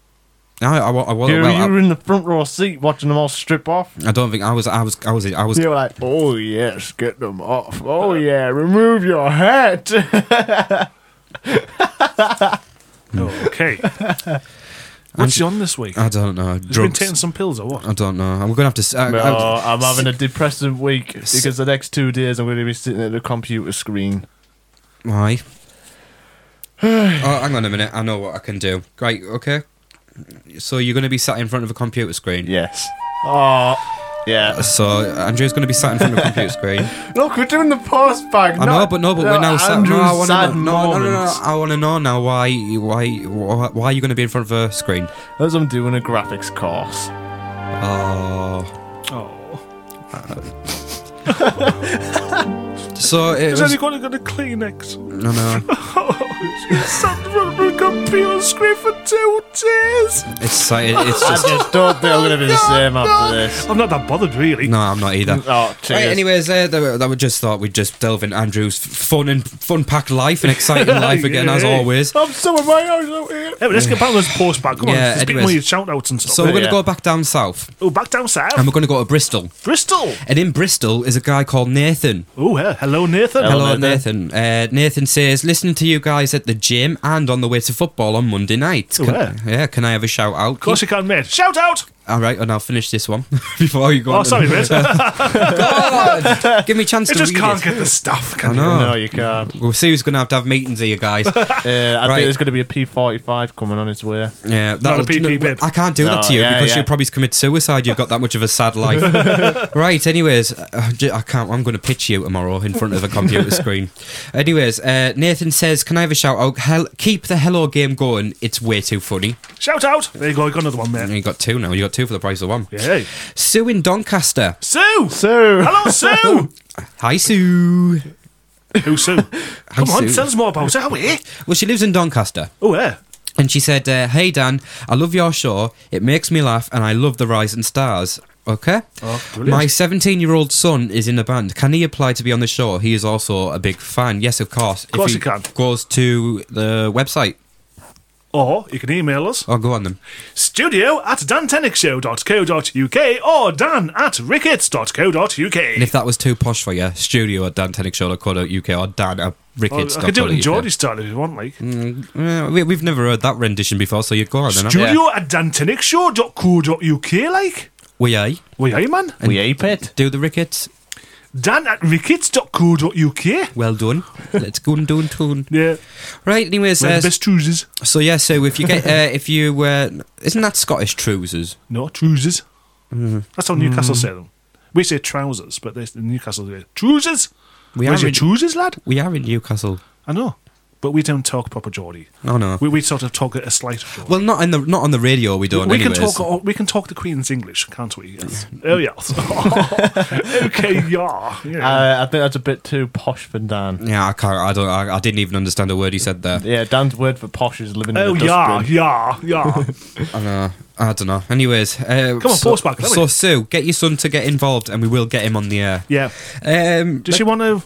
[SPEAKER 4] I, I, wa- I, wa-
[SPEAKER 7] you,
[SPEAKER 4] well, I-
[SPEAKER 7] you were in the front row seat watching them all strip off.
[SPEAKER 4] I don't think I was. I was. I was. I was.
[SPEAKER 7] You were like, oh yes, get them off. Oh yeah, remove your hat.
[SPEAKER 5] Oh, Okay. What's you on this week?
[SPEAKER 4] I don't know.
[SPEAKER 5] Has been taking
[SPEAKER 4] Drugs.
[SPEAKER 5] some pills or what?
[SPEAKER 4] I don't know. I'm gonna have to. s- uh, I-
[SPEAKER 7] No,
[SPEAKER 4] I-
[SPEAKER 7] I'm having a depressing week because the next two days I'm going to be sitting at a computer screen.
[SPEAKER 4] Why? oh, hang on a minute. I know what I can do. Great. Okay. So you're gonna be sat in front of a computer screen.
[SPEAKER 7] Yes. Oh. Yeah.
[SPEAKER 4] So uh, Andrew's gonna be sat in front of a computer screen.
[SPEAKER 7] Look, we're doing the post bag.
[SPEAKER 4] I know, but no, but we're now sat. No, I want to know. No, no, no, no,
[SPEAKER 7] moments.
[SPEAKER 4] I want to know now why, why, why, why are you going to be in front of a screen?
[SPEAKER 7] As I'm doing a graphics course.
[SPEAKER 4] Oh,
[SPEAKER 5] Oh,
[SPEAKER 4] So it
[SPEAKER 5] Has
[SPEAKER 4] was.
[SPEAKER 5] anyone got a Kleenex?
[SPEAKER 4] No, no.
[SPEAKER 5] Sandra Bookham Peel scream for two tears.
[SPEAKER 4] It's like it's just.
[SPEAKER 7] I just don't think I'm going to be the same after this.
[SPEAKER 5] I'm not that bothered, really.
[SPEAKER 4] No, I'm not either.
[SPEAKER 7] Oh, cheers.
[SPEAKER 4] Right, anyways, uh, that that we just thought we'd just delve into Andrew's f- fun and fun-packed life and exciting life again, as
[SPEAKER 5] Yeah.
[SPEAKER 4] always.
[SPEAKER 7] I'm so embarrassed out here.
[SPEAKER 5] Hey, but let's get back to those posts back. Come on,
[SPEAKER 4] Yeah,
[SPEAKER 5] there's people
[SPEAKER 4] anyways.
[SPEAKER 5] need shout outs and stuff.
[SPEAKER 4] So we're going to
[SPEAKER 7] yeah.
[SPEAKER 4] go back down south,
[SPEAKER 5] oh, back down south.
[SPEAKER 4] and we're going to go to Bristol.
[SPEAKER 5] Bristol.
[SPEAKER 4] And in Bristol is a guy called Nathan.
[SPEAKER 5] Oh, yeah. hello, Nathan.
[SPEAKER 4] Hello, Nathan. Uh, Nathan says, listening to you guys at the gym and on the way to football on Monday night.
[SPEAKER 5] Oh,
[SPEAKER 4] Can-
[SPEAKER 5] yeah.
[SPEAKER 4] yeah, can I have a shout out?
[SPEAKER 5] Of course you can, mate. Shout out.
[SPEAKER 4] All right, and I'll finish this one before you go.
[SPEAKER 5] Oh,
[SPEAKER 4] on.
[SPEAKER 5] sorry, mate. I
[SPEAKER 4] Give me a chance to
[SPEAKER 5] just
[SPEAKER 4] read
[SPEAKER 5] can't
[SPEAKER 4] it.
[SPEAKER 5] get the stuff. Can
[SPEAKER 4] I
[SPEAKER 5] you?
[SPEAKER 4] know.
[SPEAKER 7] No, you can't.
[SPEAKER 4] We'll see who's going to have to have meetings here, guys.
[SPEAKER 7] Uh, I
[SPEAKER 4] Right.
[SPEAKER 7] think there's going to be a P45 coming on its way.
[SPEAKER 4] Yeah, that'll-
[SPEAKER 5] PP, babe.
[SPEAKER 4] I can't do that
[SPEAKER 7] No,
[SPEAKER 4] to you
[SPEAKER 7] yeah,
[SPEAKER 4] because
[SPEAKER 7] yeah.
[SPEAKER 4] you'll probably commit suicide. You've got that much of a sad life. right. Anyways, uh, j- I can't. I'm going to pitch you tomorrow in front of a computer screen. Anyways, uh, Nathan says, "Can I have a shout out? Hel- keep the hello game going. It's way too funny."
[SPEAKER 5] Shout out. There you go. You got another one,
[SPEAKER 4] And
[SPEAKER 5] mate.
[SPEAKER 4] you got two now. You got two for the price of one.
[SPEAKER 5] Yeah.
[SPEAKER 4] Sue in Doncaster.
[SPEAKER 5] Sue.
[SPEAKER 7] So,
[SPEAKER 5] Hello, Sue.
[SPEAKER 4] Hi, Sue.
[SPEAKER 5] Who, Sue? Come
[SPEAKER 4] Sue.
[SPEAKER 5] on, tell us more about her. How are you?
[SPEAKER 4] Well, she lives in Doncaster.
[SPEAKER 5] Oh, yeah.
[SPEAKER 4] And she said, uh, Hey Dan, I love your show. It makes me laugh and I love the Rising Stars. Okay?
[SPEAKER 5] Oh, brilliant.
[SPEAKER 4] My 17 year old son is in the band. Can he apply to be on the show? He is also a big fan. Yes, of course. Of
[SPEAKER 5] course
[SPEAKER 4] if
[SPEAKER 5] he can.
[SPEAKER 4] Goes to the website.
[SPEAKER 5] Or you can email us.
[SPEAKER 4] Oh, go on then.
[SPEAKER 5] studio at dantenicshow.co.uk or dan at
[SPEAKER 4] And if
[SPEAKER 5] ricketts.co.uk.
[SPEAKER 4] that was too posh for you, studio at dantenicshow.co.uk or dan at
[SPEAKER 5] Well,
[SPEAKER 4] ricketts.
[SPEAKER 5] Oh, I could do it in Geordie style if you want, like.
[SPEAKER 4] Uh, we, we've never heard that rendition before, so you go on then. huh?
[SPEAKER 5] Studio at dantenicshow.co.uk, like.
[SPEAKER 4] We aye.
[SPEAKER 5] Well, yeah, man.
[SPEAKER 7] we ape it.
[SPEAKER 4] Do the rickets.
[SPEAKER 5] Dan at ricketts.co.uk.
[SPEAKER 4] Well done. Let's go and do and tune.
[SPEAKER 5] Yeah,
[SPEAKER 4] Right, anyways.
[SPEAKER 5] we're
[SPEAKER 4] Uh,
[SPEAKER 5] the best choosers.
[SPEAKER 4] So yeah, so if you get uh, if you uh, isn't that Scottish trousers?
[SPEAKER 5] No, choosers.
[SPEAKER 4] Mm-hmm.
[SPEAKER 5] That's how Newcastle
[SPEAKER 4] Mm.
[SPEAKER 5] say them. We say trousers, but they in Newcastle say choosers.
[SPEAKER 4] We
[SPEAKER 5] Where's
[SPEAKER 4] are
[SPEAKER 5] your
[SPEAKER 4] in-
[SPEAKER 5] choosers, lad?
[SPEAKER 4] We are in Newcastle.
[SPEAKER 5] I know. But we don't talk proper Geordie.
[SPEAKER 4] Oh no.
[SPEAKER 5] We, we sort of talk a slight of Geordie.
[SPEAKER 4] well, not in the not on the radio. We don't.
[SPEAKER 5] we can
[SPEAKER 4] anyways.
[SPEAKER 5] talk. all- We can talk the Queen's English, can't we? Yes. Oh yes. okay, yeah. yeah.
[SPEAKER 7] Uh, I think that's a bit too posh for Dan.
[SPEAKER 4] Yeah, I can't. I don't. I, I didn't even understand a word he said there.
[SPEAKER 7] Yeah, Dan's word for posh is living in
[SPEAKER 5] oh
[SPEAKER 7] the
[SPEAKER 5] yeah,
[SPEAKER 7] dustbin.
[SPEAKER 5] yeah, yeah.
[SPEAKER 4] I know. I don't know. Anyways, uh,
[SPEAKER 5] Come on,
[SPEAKER 4] so,
[SPEAKER 5] force back, let
[SPEAKER 4] So
[SPEAKER 5] me-
[SPEAKER 4] Sue, get your son to get involved, and we will get him on the air.
[SPEAKER 5] yeah.
[SPEAKER 4] Um.
[SPEAKER 5] Does she want to?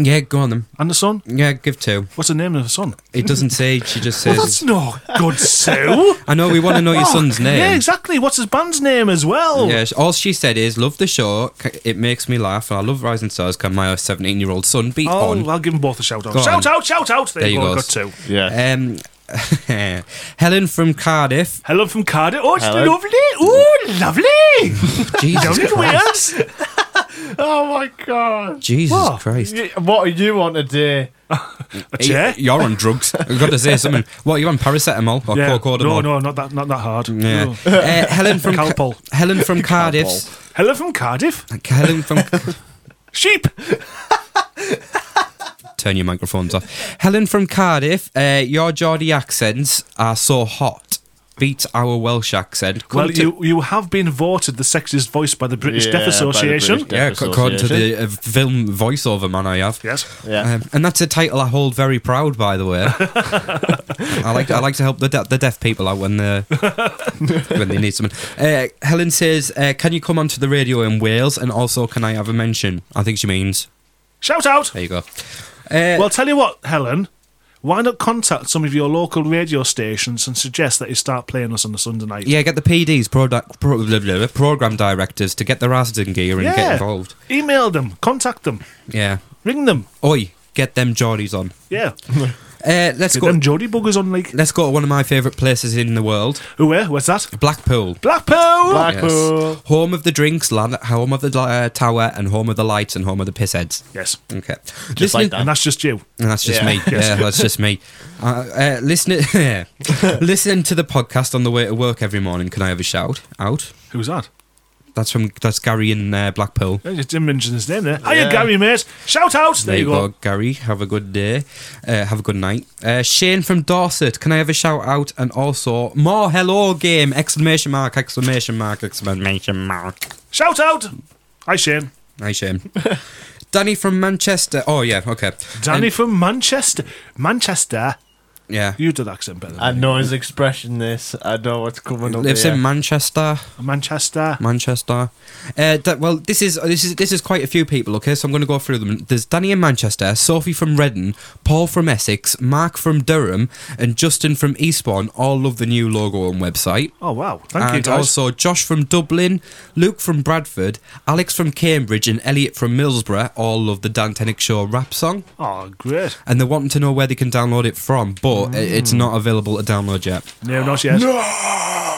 [SPEAKER 4] Yeah, go on then.
[SPEAKER 5] And the son?
[SPEAKER 4] Yeah, give two.
[SPEAKER 5] What's the name of the son?
[SPEAKER 4] It doesn't say. She just
[SPEAKER 5] Well,
[SPEAKER 4] says.
[SPEAKER 5] that's no good, Sue.
[SPEAKER 4] I know. We want to know your son's name.
[SPEAKER 5] Yeah, exactly. What's his band's name as well?
[SPEAKER 4] Yeah, sh- all she said is, "Love the show. C- It makes me laugh. I love Rising Stars. Can my 17-year-old son be
[SPEAKER 5] Oh,
[SPEAKER 4] on?"
[SPEAKER 5] I'll give them both a shout out.
[SPEAKER 4] Go
[SPEAKER 5] shout
[SPEAKER 4] on.
[SPEAKER 5] out, shout out. There,
[SPEAKER 4] There
[SPEAKER 5] you
[SPEAKER 4] you
[SPEAKER 5] go.
[SPEAKER 4] goes.
[SPEAKER 5] Got two.
[SPEAKER 7] Yeah.
[SPEAKER 4] Um, Helen from Cardiff.
[SPEAKER 5] Hello from Cardiff. Oh, it's
[SPEAKER 7] Hello.
[SPEAKER 5] lovely. Oh, lovely.
[SPEAKER 4] Jesus
[SPEAKER 5] Down in
[SPEAKER 4] Christ.
[SPEAKER 5] Wales.
[SPEAKER 7] Oh my god.
[SPEAKER 4] Jesus
[SPEAKER 5] What?
[SPEAKER 4] Christ.
[SPEAKER 7] Y- What are you on today?
[SPEAKER 5] A chair.
[SPEAKER 4] You, are on drugs. I've got to say something. What, you on paracetamol or
[SPEAKER 5] Yeah.
[SPEAKER 4] cocodamol?
[SPEAKER 5] No, no, not that, not that hard.
[SPEAKER 4] Yeah.
[SPEAKER 5] No.
[SPEAKER 4] Uh, Helen from
[SPEAKER 5] Calpol.
[SPEAKER 4] Helen from Cardiff.
[SPEAKER 5] Hello from Cardiff.
[SPEAKER 4] Helen from
[SPEAKER 5] Sheep.
[SPEAKER 4] Turn your microphones off. Helen from Cardiff. Uh, your Geordie accents are so hot. Beats our Welsh accent. Come
[SPEAKER 5] Well,
[SPEAKER 4] to-
[SPEAKER 5] you you have been voted the sexiest voice by the British
[SPEAKER 7] Yeah, by
[SPEAKER 5] Deaf
[SPEAKER 7] the
[SPEAKER 5] Association.
[SPEAKER 7] British
[SPEAKER 4] Yeah,
[SPEAKER 7] Deaf
[SPEAKER 4] according to
[SPEAKER 7] Association.
[SPEAKER 4] the uh, film voiceover man I have.
[SPEAKER 5] Yes.
[SPEAKER 7] Yeah.
[SPEAKER 4] Um, and that's a title I hold very proud, by the way. I like I like to help the de- the deaf people out when they when they need someone. Uh, Helen says, uh, "Can you come onto the radio in Wales?" And also, can I have a mention? I think she means.
[SPEAKER 5] Shout out.
[SPEAKER 4] There you go. Uh,
[SPEAKER 5] Well, tell you what, Helen. Why not contact some of your local radio stations and suggest that you start playing us on a Sunday night?
[SPEAKER 4] yeah, get the PDs, product, pro, blah, blah, blah, program directors, to get their asses in gear and
[SPEAKER 5] Yeah.
[SPEAKER 4] get involved.
[SPEAKER 5] Email them, contact them,
[SPEAKER 4] Yeah.
[SPEAKER 5] ring them.
[SPEAKER 4] Oi, get them Geordies on.
[SPEAKER 5] Yeah.
[SPEAKER 4] Uh, let's
[SPEAKER 5] Get
[SPEAKER 4] go.
[SPEAKER 5] them Jody buggers on, like.
[SPEAKER 4] let's go to one of my favourite places in the world,
[SPEAKER 5] Who, where? Where's that?
[SPEAKER 4] Blackpool.
[SPEAKER 5] Blackpool!
[SPEAKER 7] Blackpool.
[SPEAKER 4] Yes. Home of the drinks, land, home of the li- uh, tower, and home of the lights, and home of the pissheads.
[SPEAKER 5] Yes.
[SPEAKER 4] Okay.
[SPEAKER 7] Just like that.
[SPEAKER 5] And that's just you.
[SPEAKER 4] And that's just
[SPEAKER 7] Yeah.
[SPEAKER 4] me. Yeah, that's just me. Uh, uh, listen, listen to the podcast on the way to work every morning. Can I have a shout out?
[SPEAKER 5] Who's that?
[SPEAKER 4] That's from that's Gary in uh, Blackpool.
[SPEAKER 5] I just didn't mention his name there. Hiya,
[SPEAKER 7] Yeah.
[SPEAKER 5] Gary, mate. Shout out. There, you go.
[SPEAKER 4] Gary. Have a good day. Uh, have a good night. Uh, Shane from Dorset. Can I have a shout out? And also more hello game! Exclamation mark! Exclamation mark! Exclamation mark!
[SPEAKER 5] Shout out. Hi, Shane.
[SPEAKER 4] Hi Shane. Danny from Manchester. Oh, yeah, okay.
[SPEAKER 5] Danny
[SPEAKER 4] And-
[SPEAKER 5] from Manchester. Manchester.
[SPEAKER 4] Yeah.
[SPEAKER 5] You did accent better.
[SPEAKER 7] I know his expression. This I know what's coming up.
[SPEAKER 4] lives
[SPEAKER 7] here.
[SPEAKER 4] in Manchester.
[SPEAKER 5] Manchester.
[SPEAKER 4] Manchester. Uh, that, well, this is this is this is quite a few people. Okay, so I'm going to go through them. There's Danny in Manchester, Sophie from Redden, Paul from Essex, Mark from Durham, and Justin from Eastbourne. All love the new logo and website.
[SPEAKER 5] Oh wow! Thank you
[SPEAKER 4] and
[SPEAKER 5] guys.
[SPEAKER 4] also Josh from Dublin, Luke from Bradford, Alex from Cambridge, and Elliot from Millsborough all love the Dan Tenick Show rap song.
[SPEAKER 5] oh great.
[SPEAKER 4] And they're wanting to know where they can download it from, but i- it's not available to download yet.
[SPEAKER 5] No, not yet. No.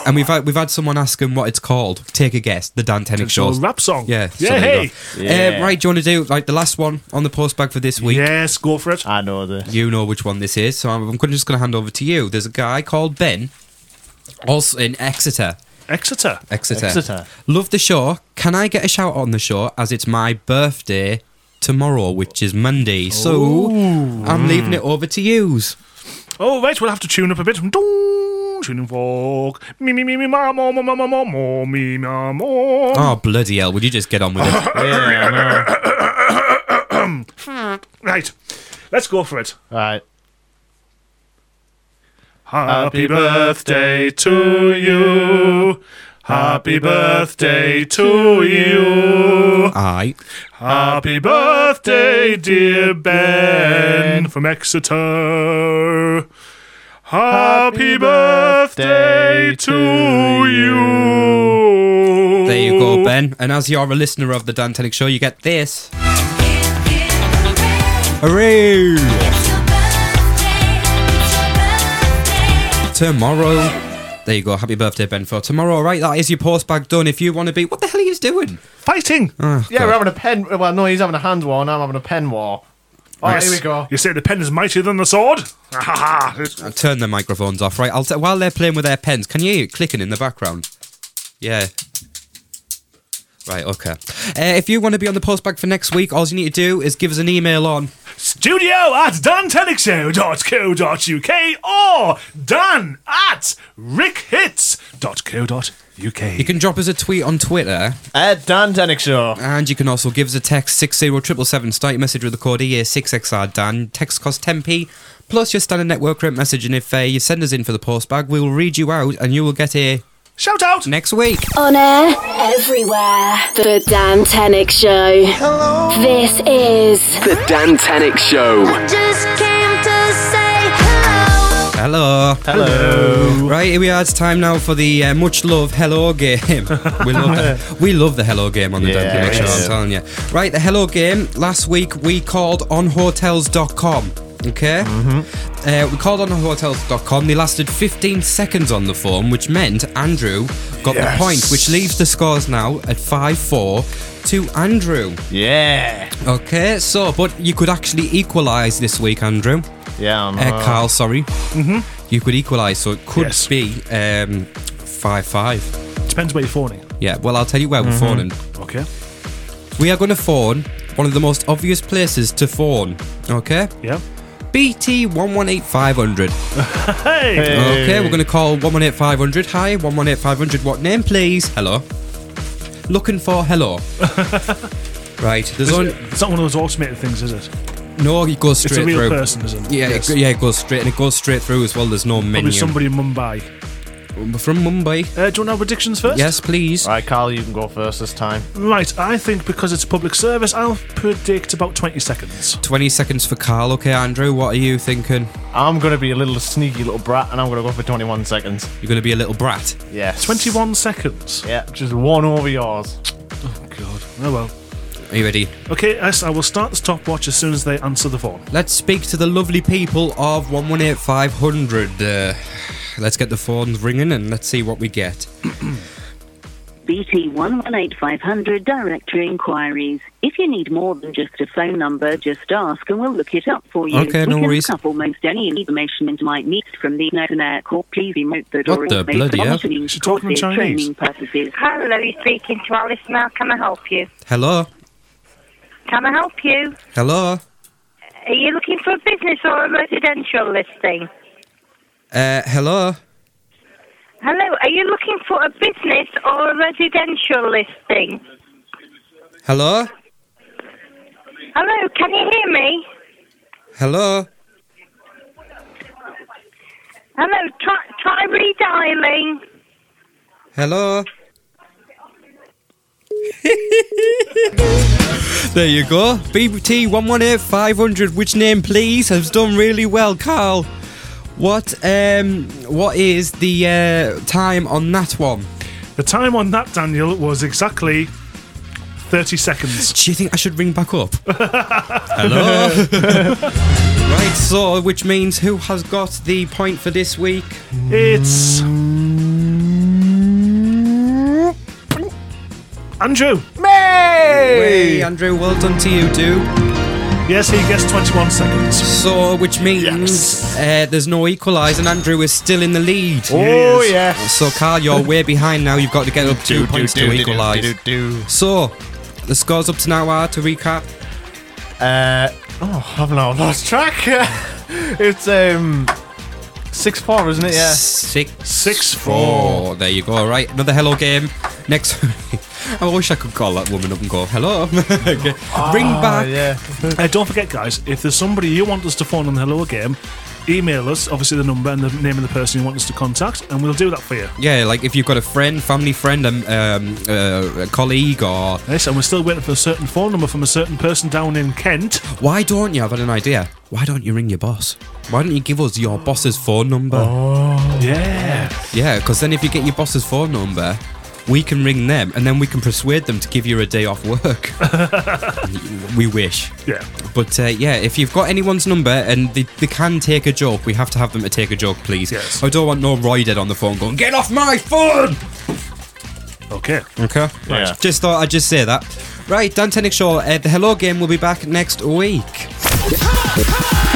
[SPEAKER 4] And we've had, we've had someone ask him what it's called. Take a guess. The Dan Tenick Show.
[SPEAKER 5] rap song.
[SPEAKER 4] Yeah. so
[SPEAKER 5] Yeah.
[SPEAKER 4] there you
[SPEAKER 5] Hey.
[SPEAKER 4] go. Uh, right, do you want to do like the last one on the postbag for this week?
[SPEAKER 5] Yes. Go for it.
[SPEAKER 7] I know this.
[SPEAKER 4] You know which one this is, so I'm, I'm gonna- just going to hand over to you. There's a guy called Ben, also in Exeter.
[SPEAKER 5] Exeter.
[SPEAKER 4] Exeter.
[SPEAKER 7] Exeter.
[SPEAKER 4] Love the show. Can I get a shout on the show as it's my birthday tomorrow, which is Monday? So I'm leaving it over to yous.
[SPEAKER 5] Oh right, we'll have to tune up a bit. Dong, Tuning fork. Me me me me ma mo mo mo mo mo mo me ma mo.
[SPEAKER 4] Oh bloody hell! Would you just get on with it?
[SPEAKER 7] Yeah, I know.
[SPEAKER 5] Right. Let's go for it.
[SPEAKER 7] Right.
[SPEAKER 5] Happy birthday to you. Happy birthday to you.
[SPEAKER 4] Aye.
[SPEAKER 5] Happy birthday, dear Ben from Exeter. Happy birthday to you.
[SPEAKER 4] There you go, Ben. And as you are a listener of the Dan Tenick Show, you get this. Hooray! Tomorrow. There you go. Happy birthday, Ben, for tomorrow. Right, that is your postbag done. If you want to be. What the hell are you doing?
[SPEAKER 5] Fighting.
[SPEAKER 4] Oh,
[SPEAKER 7] Yeah,
[SPEAKER 4] God.
[SPEAKER 7] we're having a pen. Well, no, he's having a hand war, and I'm having a pen war. Oh, here we go.
[SPEAKER 5] You say the pen is mightier than the sword? Ha ha ha.
[SPEAKER 4] Uh, turn their microphones off, right? I'll t- while they're playing with their pens, can you hear it clicking in the background? Yeah. Right, okay. Uh, if you want to be on the postbag for next week, all you need to do is give us an email on.
[SPEAKER 5] Studio at dantelixshow.co.uk or dan at rickhits.co.uk.
[SPEAKER 4] You can drop us a tweet on Twitter,
[SPEAKER 7] Ed Uh, Dan Denick Show.
[SPEAKER 4] and you can also give us a text 60777. Start your message with the code E EA6XR Dan. Text costs 10p plus your standard network rate message, and if uh, you send us in for the postbag, we will read you out and you will get a
[SPEAKER 5] Shout out!
[SPEAKER 4] next week.
[SPEAKER 1] On air, everywhere. The Dan Tenick Show. Hello. This is
[SPEAKER 10] The Dan Tenick Show.
[SPEAKER 4] Hello.
[SPEAKER 7] Hello.
[SPEAKER 4] Right, here we are. It's time now for the uh, much loved Hello game. we love the, we love the Hello game on the
[SPEAKER 7] Yeah,
[SPEAKER 4] Dunkin' Mix Show.
[SPEAKER 7] yeah.
[SPEAKER 4] I'm telling you. Right, the Hello game. Last week we called on hotels.com. Okay, uh, we called on hotels.com. They lasted 15 seconds on the phone, which meant Andrew got
[SPEAKER 5] Yes.
[SPEAKER 4] the point, which leaves the scores now at 5 4 to Andrew.
[SPEAKER 7] Yeah.
[SPEAKER 4] Okay, so, but you could actually equalise this week, Andrew.
[SPEAKER 7] Yeah. I'm,
[SPEAKER 4] Uh,
[SPEAKER 7] uh,
[SPEAKER 4] Carl, sorry. You could equalise, so it could
[SPEAKER 5] mm-hmm. Yes.
[SPEAKER 4] be um, five five.
[SPEAKER 5] Depends where you're phoning.
[SPEAKER 4] Yeah. Well, I'll tell you where we're
[SPEAKER 5] Mm-hmm.
[SPEAKER 4] phoning.
[SPEAKER 5] Okay.
[SPEAKER 4] We are going to phone one of the most obvious places to phone. Okay.
[SPEAKER 5] Yeah.
[SPEAKER 4] BT one one eight five hundred.
[SPEAKER 5] Hey!
[SPEAKER 7] Hey.
[SPEAKER 4] Okay, we're going to call one one eight five hundred. Hi, one one eight five hundred. What name, please? Hello. Looking for hello. right. There's only
[SPEAKER 5] It's not one of those automated things, is it?
[SPEAKER 4] no. It goes straight
[SPEAKER 5] it's a real
[SPEAKER 4] through.
[SPEAKER 5] person, isn't it?
[SPEAKER 4] Yeah,
[SPEAKER 5] Yes.
[SPEAKER 4] it, go- yeah, it goes straight and it goes straight through as well. There's no
[SPEAKER 5] Probably
[SPEAKER 4] menu.
[SPEAKER 5] somebody in Mumbai.
[SPEAKER 4] From Mumbai.
[SPEAKER 5] Uh, do you want our predictions first?
[SPEAKER 4] Yes, please.
[SPEAKER 7] Right, Carl, you can go first this time.
[SPEAKER 5] Right, I think because it's public service, I'll predict about 20 seconds.
[SPEAKER 4] 20 seconds for Carl. Okay, Andrew, what are you thinking?
[SPEAKER 7] I'm gonna be a little sneaky little brat, and I'm gonna go for 21 seconds.
[SPEAKER 4] You're going to be a little brat.
[SPEAKER 7] Yes.
[SPEAKER 5] 21 seconds.
[SPEAKER 7] Yeah, just one over yours.
[SPEAKER 5] God. Oh well.
[SPEAKER 4] Are you ready?
[SPEAKER 5] Okay, yes, I will start the stopwatch as soon as they answer the phone.
[SPEAKER 4] Let's speak to the lovely people of 118500. Uh, let's get the phones ringing and let's see what we get.
[SPEAKER 11] BT 118500 directory inquiries. If you need more than just a phone number, just ask and we'll look it up for you.
[SPEAKER 4] Okay,
[SPEAKER 11] we
[SPEAKER 4] no
[SPEAKER 11] can
[SPEAKER 4] worries.
[SPEAKER 11] couple most any information and might need from the internet or please remote the
[SPEAKER 4] What the bloody hell?
[SPEAKER 5] She talking in Chinese?
[SPEAKER 11] training purposes.
[SPEAKER 12] Hello, you're speaking to Alice now. Can I help you?
[SPEAKER 4] Hello?
[SPEAKER 12] Can I help you?
[SPEAKER 4] Hello?
[SPEAKER 12] Are you looking for a business or a residential listing?
[SPEAKER 4] Uh, hello?
[SPEAKER 12] Hello, are you looking for a business or a residential listing?
[SPEAKER 4] Hello?
[SPEAKER 12] Hello, can you hear me?
[SPEAKER 4] Hello?
[SPEAKER 12] Hello, try, try redialing.
[SPEAKER 4] Hello? there you go. BT 118500, which name please, has done really well, Carl. What um what is the uh, time on that one?
[SPEAKER 5] The time on that, Daniel, was exactly 30 seconds.
[SPEAKER 4] Do you think I should ring back up? Hello? right, so which means who has got the point for this week?
[SPEAKER 5] It's. Andrew!
[SPEAKER 4] Way, Andrew, well done to you, dude.
[SPEAKER 5] Yes, he gets 21 seconds.
[SPEAKER 4] So, which means uh, there's no equaliser, and Andrew is still in the lead.
[SPEAKER 7] Oh, yeah.
[SPEAKER 4] So, Carl, you're way behind now. You've got to get up two
[SPEAKER 7] Do, do,
[SPEAKER 4] points
[SPEAKER 7] do,
[SPEAKER 4] to
[SPEAKER 7] do, do,
[SPEAKER 4] equalise.
[SPEAKER 7] do, do.
[SPEAKER 4] So, the scores up to now are to recap.
[SPEAKER 7] Uh, oh, I've now lost track. it's um six four, isn't it? Yeah.
[SPEAKER 4] Six.
[SPEAKER 5] Six
[SPEAKER 4] Four. There you go. Right, another hello game. Next, I wish I could call that woman up and go hello. Okay. Ring back.
[SPEAKER 7] Yeah.
[SPEAKER 5] Uh, don't forget, guys, if there's somebody you want us to phone on the Hello Game, email us, obviously the number and the name of the person you want us to contact, and we'll do that for you.
[SPEAKER 4] Yeah, like if you've got a friend, family friend, um, um, uh, a colleague, or
[SPEAKER 5] Yes, and we're still waiting for a certain phone number from a certain person down in Kent.
[SPEAKER 4] why don't you? I've had an idea. Why don't you ring your boss? Why don't you give us your boss's phone number?
[SPEAKER 5] Oh, Yeah.
[SPEAKER 4] Yeah, because then if you get your boss's phone number, we can ring them and then we can persuade them to give you a day off work. we wish.
[SPEAKER 5] Yeah.
[SPEAKER 4] But uh, yeah, if you've got anyone's number and they, they can take a joke, we have to have them to take a joke, please.
[SPEAKER 5] Yes.
[SPEAKER 4] I don't want no Roy dead on the phone going, get off my phone!
[SPEAKER 5] Okay.
[SPEAKER 4] Okay.
[SPEAKER 7] Yeah.
[SPEAKER 4] Just thought I'd just say that. Right, Dan Tennick Shaw, uh, the Hello Game will be back next week.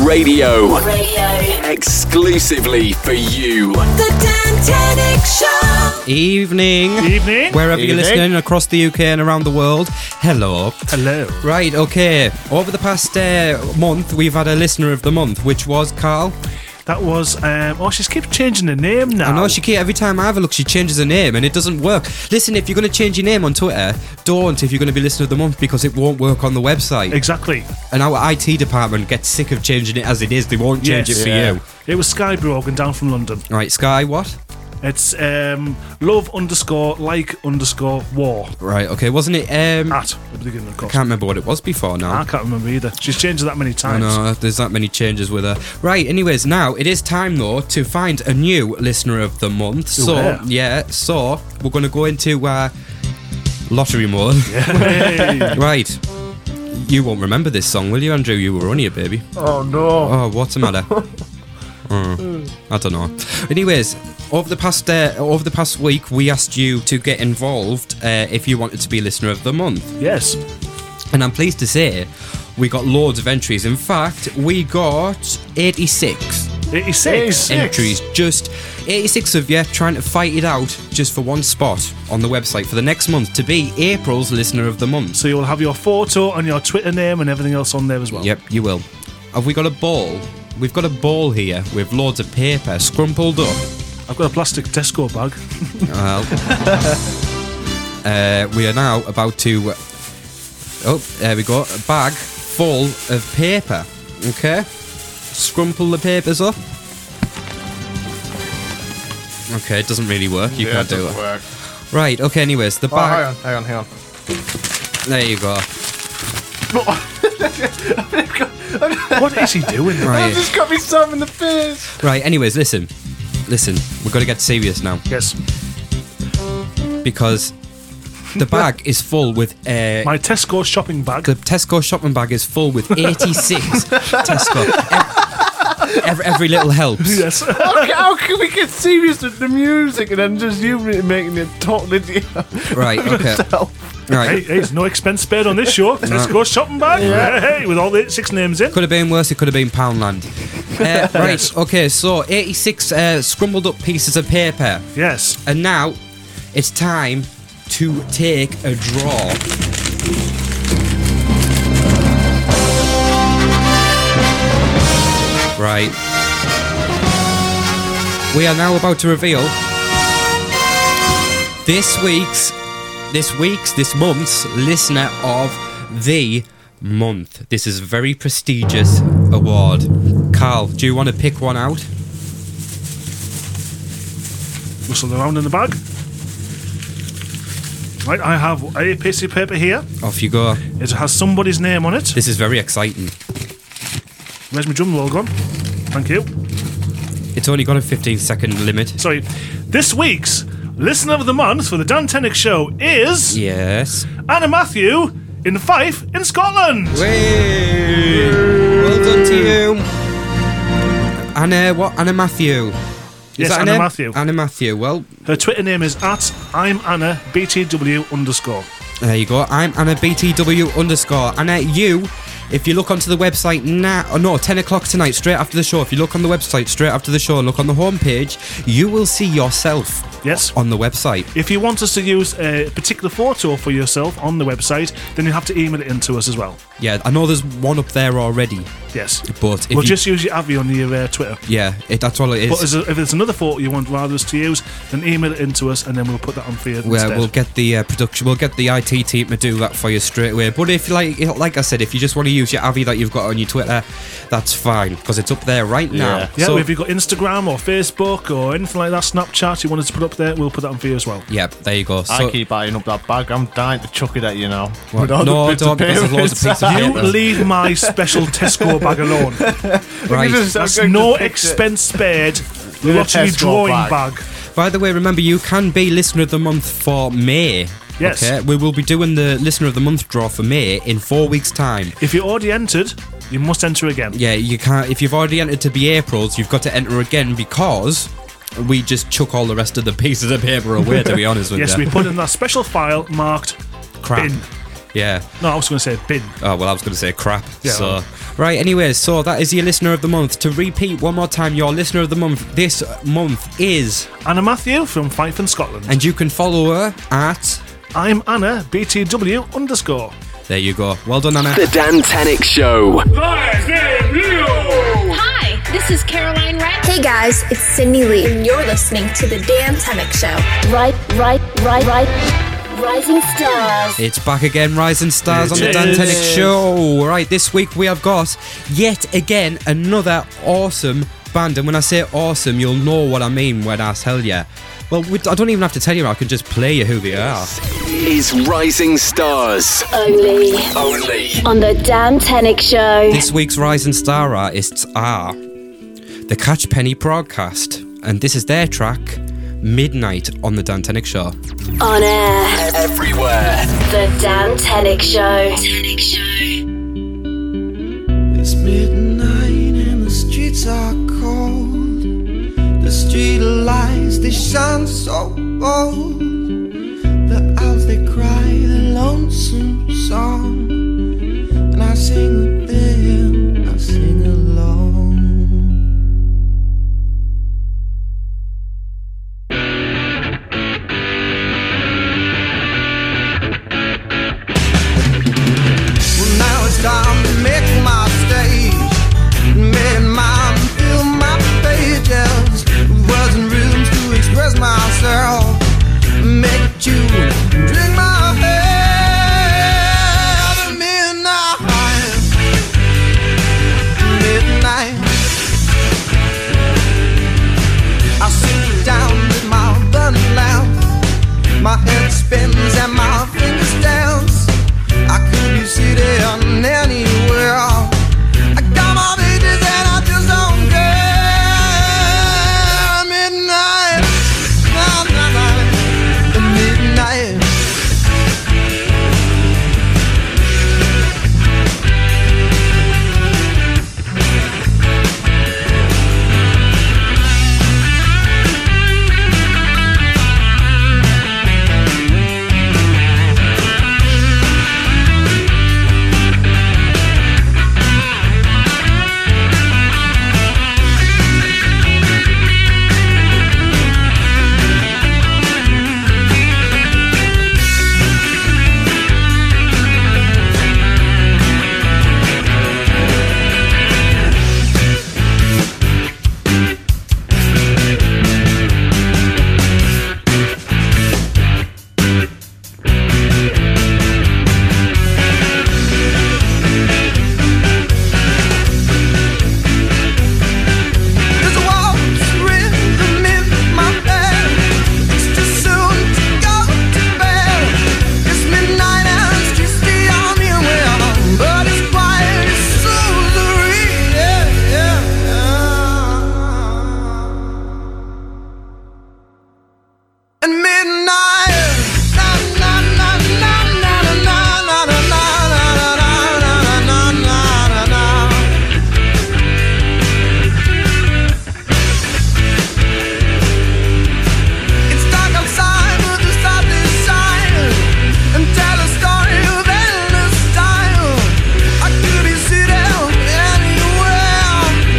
[SPEAKER 10] Radio
[SPEAKER 9] Radio.
[SPEAKER 10] exclusively for you.
[SPEAKER 9] The Dan Tenick Show.
[SPEAKER 4] Evening.
[SPEAKER 5] Evening.
[SPEAKER 4] Wherever you're
[SPEAKER 7] Evening.
[SPEAKER 4] listening across the UK and around the world, hello.
[SPEAKER 5] Hello.
[SPEAKER 4] Right, okay. Over the past uh, month, we've had a listener of the month, which was Carl.
[SPEAKER 5] That was. Um, oh, she's keeps changing the name now.
[SPEAKER 4] I know she keep, every time I have a look, she changes her name and it doesn't work. Listen, if you're going to change your name on Twitter, don't if you're going to be listener of the month because it won't work on the website.
[SPEAKER 5] Exactly.
[SPEAKER 4] And our IT department gets sick of changing it as it is. They won't change
[SPEAKER 5] Yes.
[SPEAKER 4] it for
[SPEAKER 7] Yeah.
[SPEAKER 4] you.
[SPEAKER 5] It was Sky Brogan down from London.
[SPEAKER 4] Right, Sky, what?
[SPEAKER 5] It's um, love underscore like underscore war
[SPEAKER 4] Right, okay. Wasn't it? Um, I
[SPEAKER 5] at the beginning of course.
[SPEAKER 4] can't remember what it was before now.
[SPEAKER 5] I can't remember either. She's changed it that many
[SPEAKER 4] I
[SPEAKER 5] times.
[SPEAKER 4] know, there's that many changes with her. Right, anyways, now it is time though to find a new listener of the month. So,
[SPEAKER 5] yeah.
[SPEAKER 4] yeah, so we're going to go into uh, lottery mode.
[SPEAKER 5] Hey.
[SPEAKER 4] Right. You won't remember this song, will you, Andrew? You were on here, baby.
[SPEAKER 7] Oh no.
[SPEAKER 4] Oh, what's the matter? Mm, I don't know. Anyways, over the past uh, over the past week, we asked you to get involved uh, if you wanted to be listener of the month.
[SPEAKER 5] yes.
[SPEAKER 4] And I'm pleased to say we got loads of entries. In fact, we got 86
[SPEAKER 5] 86.
[SPEAKER 4] entries. Just 86 of you trying to fight it out just for one spot on the website for the next month to be April's Listener of the Month.
[SPEAKER 5] So you'll have your photo and your Twitter name and everything else on there as well.
[SPEAKER 4] Yep, you will. Have we got a ball? We've got a ball here with loads of paper scrumpled up.
[SPEAKER 5] I've got a plastic Tesco bag.
[SPEAKER 4] Uh, we are now about to. Oh, there we go. A bag full of paper. Okay. Scrumple the papers up. Okay, it doesn't really work. You
[SPEAKER 7] Yeah,
[SPEAKER 4] can't do it.
[SPEAKER 7] doesn't work.
[SPEAKER 4] Right, okay, anyways, the
[SPEAKER 7] Oh, hang
[SPEAKER 4] bag.
[SPEAKER 7] on, hang on, hang on.
[SPEAKER 4] there you go.
[SPEAKER 5] what is he doing?
[SPEAKER 7] I've
[SPEAKER 4] Right,
[SPEAKER 7] just got me some in the face.
[SPEAKER 4] right, anyways, listen. Listen, we've got to get serious now.
[SPEAKER 5] Yes.
[SPEAKER 4] because the bag is full with uh,
[SPEAKER 5] My Tesco shopping bag.
[SPEAKER 4] the Tesco shopping bag is full with 86 Tesco. Ev- Every, every little helps.
[SPEAKER 5] Yes.
[SPEAKER 7] How, how can we get serious with the music and then just you making it totally
[SPEAKER 4] Right, okay.
[SPEAKER 5] hey,
[SPEAKER 4] Right.
[SPEAKER 5] hey, there's no expense spared on this show. Tesco shopping bag. Hey, hey, with all the six names in.
[SPEAKER 4] Could have been worse, it could have been Poundland. Uh, right, okay, so 86 uh, scrumbled up pieces of paper.
[SPEAKER 5] Yes.
[SPEAKER 4] And now it's time to take a draw. Right. We are now about to reveal this week's, this week's, this month's listener of the month. This is a very prestigious award. Carl, do you want to pick one out?
[SPEAKER 5] Rustled around in the bag. Right, I have a piece of paper here.
[SPEAKER 4] Off you go.
[SPEAKER 5] It has somebody's name on it.
[SPEAKER 4] This is very exciting.
[SPEAKER 5] Where's my drum roll gone? Thank you.
[SPEAKER 4] It's only got a 15 second limit.
[SPEAKER 5] Sorry. This week's Listener of the Month for the Dan Tenick Show is
[SPEAKER 4] Yes.
[SPEAKER 5] Anna Matthew in Fife in Scotland.
[SPEAKER 4] Well done to you. Anna, what? Anna Matthew. Is
[SPEAKER 5] Yes,
[SPEAKER 4] that
[SPEAKER 5] Anna
[SPEAKER 4] her name?
[SPEAKER 5] Matthew.
[SPEAKER 4] Anna Matthew. Well,
[SPEAKER 5] Her Twitter name is at I'm Anna BTW underscore.
[SPEAKER 4] There you go. I'm Anna BTW underscore. Anna, you, if you look onto the website now, oh no, 10 o'clock tonight, straight after the show, if you look on the website straight after the show and look on the homepage, you will see yourself
[SPEAKER 5] Yes.
[SPEAKER 4] on the website.
[SPEAKER 5] If you want us to use a particular photo for yourself on the website, then you have to email it in to us as well.
[SPEAKER 4] Yeah, I know there's one up there already,
[SPEAKER 5] Yes.
[SPEAKER 4] but if
[SPEAKER 5] we'll
[SPEAKER 4] you,
[SPEAKER 5] just use your Avi on your uh, Twitter.
[SPEAKER 4] Yeah, it, that's all it is.
[SPEAKER 5] But as a, if there's another photo you want rather us to use, then email it in to us and then we'll put that on for you
[SPEAKER 4] Well,
[SPEAKER 5] instead.
[SPEAKER 4] we'll get the uh, production, we'll get the IT team to do that for you straight away. But if, like, like I said, if you just want to use your Avi that you've got on your Twitter, that's fine because it's up there right now.
[SPEAKER 5] Yeah,
[SPEAKER 4] So-
[SPEAKER 5] if you've got Instagram or Facebook or anything like that, Snapchat you want us to put up there, we'll put that on for you as well.
[SPEAKER 4] yeah, there you go.
[SPEAKER 7] I
[SPEAKER 4] So-
[SPEAKER 7] keep eyeing up that bag. I'm dying to chuck it at you now.
[SPEAKER 4] What?
[SPEAKER 7] With all the
[SPEAKER 4] No,
[SPEAKER 7] bits
[SPEAKER 4] don't, because there's loads of
[SPEAKER 7] paper
[SPEAKER 4] pieces of paper.
[SPEAKER 7] inside.
[SPEAKER 4] You
[SPEAKER 5] Leave my special Tesco bag alone.
[SPEAKER 4] Right.
[SPEAKER 5] That's no expense spared.
[SPEAKER 7] With a
[SPEAKER 5] Lottery
[SPEAKER 7] Tesco
[SPEAKER 5] drawing
[SPEAKER 7] bag.
[SPEAKER 5] bag.
[SPEAKER 4] By the way, remember you can be listener of the month for May.
[SPEAKER 5] Yes.
[SPEAKER 4] Okay, we will be doing the listener of the month draw for May in four weeks' time.
[SPEAKER 5] If you already entered, you must enter again.
[SPEAKER 4] Yeah, you can't. If you've already entered to be April's, you've got to enter again because we just chuck all the rest of the pieces of paper away. to be honest with
[SPEAKER 5] yes,
[SPEAKER 4] you.
[SPEAKER 5] we put in that special file marked
[SPEAKER 4] crap.
[SPEAKER 5] bin.
[SPEAKER 4] Yeah.
[SPEAKER 5] No, I was going to say bin.
[SPEAKER 4] Oh well, I was going to say crap.
[SPEAKER 5] Yeah.
[SPEAKER 4] So right. Anyway, so that is your listener of the month. To repeat one more time, your listener of the month this month is,
[SPEAKER 5] Anna Matthew from Fife in Scotland.
[SPEAKER 4] and you can follow her at.
[SPEAKER 5] I'm Anna BTW underscore.
[SPEAKER 4] There you go. Well done, Anna.
[SPEAKER 10] The Dan Tenick Show.
[SPEAKER 13] Hi, this is Caroline Rhett. Hey guys, it's Cindy Lee, and you're listening to the Dan Tenick Show.
[SPEAKER 1] Right, right, right, right. Rising stars.
[SPEAKER 4] It's back again, Rising Stars on the
[SPEAKER 5] It
[SPEAKER 4] Dan
[SPEAKER 5] is.
[SPEAKER 4] Tenick Show. Right, this week we have got yet again another awesome band. And when I say awesome, you'll know what I mean when I tell you. Well, we, I don't even have to tell you, I can just play you who they are.
[SPEAKER 10] Is Rising Stars.
[SPEAKER 1] Only
[SPEAKER 10] Only.
[SPEAKER 1] on the Dan Tenick Show.
[SPEAKER 4] This week's Rising Star artists are the Catch Penny Broadcast, and this is their track, Midnight on the Dan Tenick Show.
[SPEAKER 1] On air.
[SPEAKER 10] Everywhere.
[SPEAKER 1] The Dan Tenick Show. Tenick
[SPEAKER 14] It's midnight and the streets are cold. The street lights they shine so bold. The owls they cry a lonesome song, and I sing with them. I sing alone. Well, now it's time to make my stage. Made mine fill my pages. Words and rhythms to express myself. Make you drink my head. Midnight.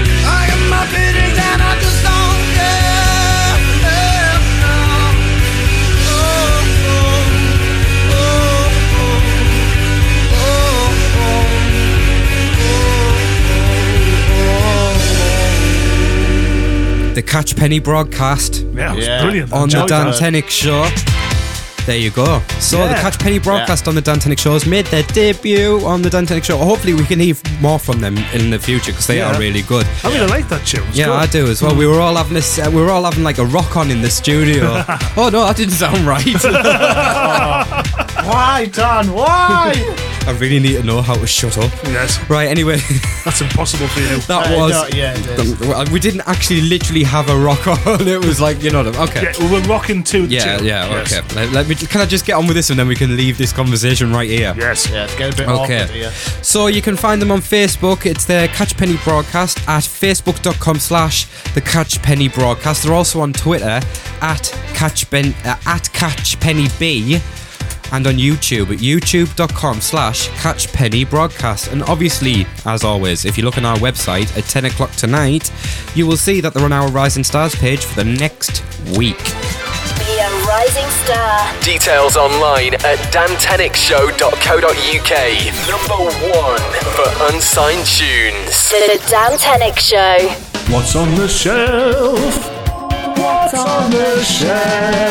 [SPEAKER 8] Oh,
[SPEAKER 4] The Catch Penny broadcast.
[SPEAKER 5] Yeah, it was Yeah. brilliant.
[SPEAKER 4] On the
[SPEAKER 5] Enjoyed
[SPEAKER 4] Dan
[SPEAKER 5] that.
[SPEAKER 4] Tenick Show. There you go. So the
[SPEAKER 5] Yeah.
[SPEAKER 4] Catch Penny broadcast on the Dan Tenick Show has made their debut on the Dan Tenick Show. Hopefully we can hear more from them in the future because they
[SPEAKER 5] Yeah.
[SPEAKER 4] are really good.
[SPEAKER 5] I really like that tune. It's
[SPEAKER 4] yeah,
[SPEAKER 5] good.
[SPEAKER 4] I do as well. We were all having this. Uh, we were all having like a rock on in the studio. oh no, that didn't sound right.
[SPEAKER 7] Why, Dan? Why?
[SPEAKER 4] I really need to know how to shut up.
[SPEAKER 5] Yes.
[SPEAKER 4] Right. Anyway,
[SPEAKER 5] that's impossible for you.
[SPEAKER 4] That
[SPEAKER 5] Uh,
[SPEAKER 4] was.
[SPEAKER 5] no, yeah, it is.
[SPEAKER 4] Well, we didn't actually literally have a rock on. It was like you know. Okay.
[SPEAKER 5] Yeah, we were rocking to the
[SPEAKER 4] Yeah,
[SPEAKER 5] tune.
[SPEAKER 4] yeah,
[SPEAKER 5] Yes.
[SPEAKER 4] okay. Let, let me. Can I just get on with this, and then we can leave this conversation right here.
[SPEAKER 5] Yes.
[SPEAKER 7] Yeah, it's getting a bit awkward
[SPEAKER 4] Okay.
[SPEAKER 7] here.
[SPEAKER 4] So you can find them on Facebook. It's the Catch Penny Broadcast at facebook.com slash the Catch Penny Broadcast. They're also on Twitter at Catch Ben uh, at Catch Penny B and on YouTube at youtube.com slash Catch Penny Broadcast. And obviously, as always, if you look on our website at 10 o'clock tonight, you will see that they're on our Rising Stars page for the next week.
[SPEAKER 1] Be a rising star.
[SPEAKER 10] Details online at dantenickshow.co.uk. Number one for unsigned tunes.
[SPEAKER 1] The Dan Tenick Show.
[SPEAKER 5] What's on the shelf? What's on the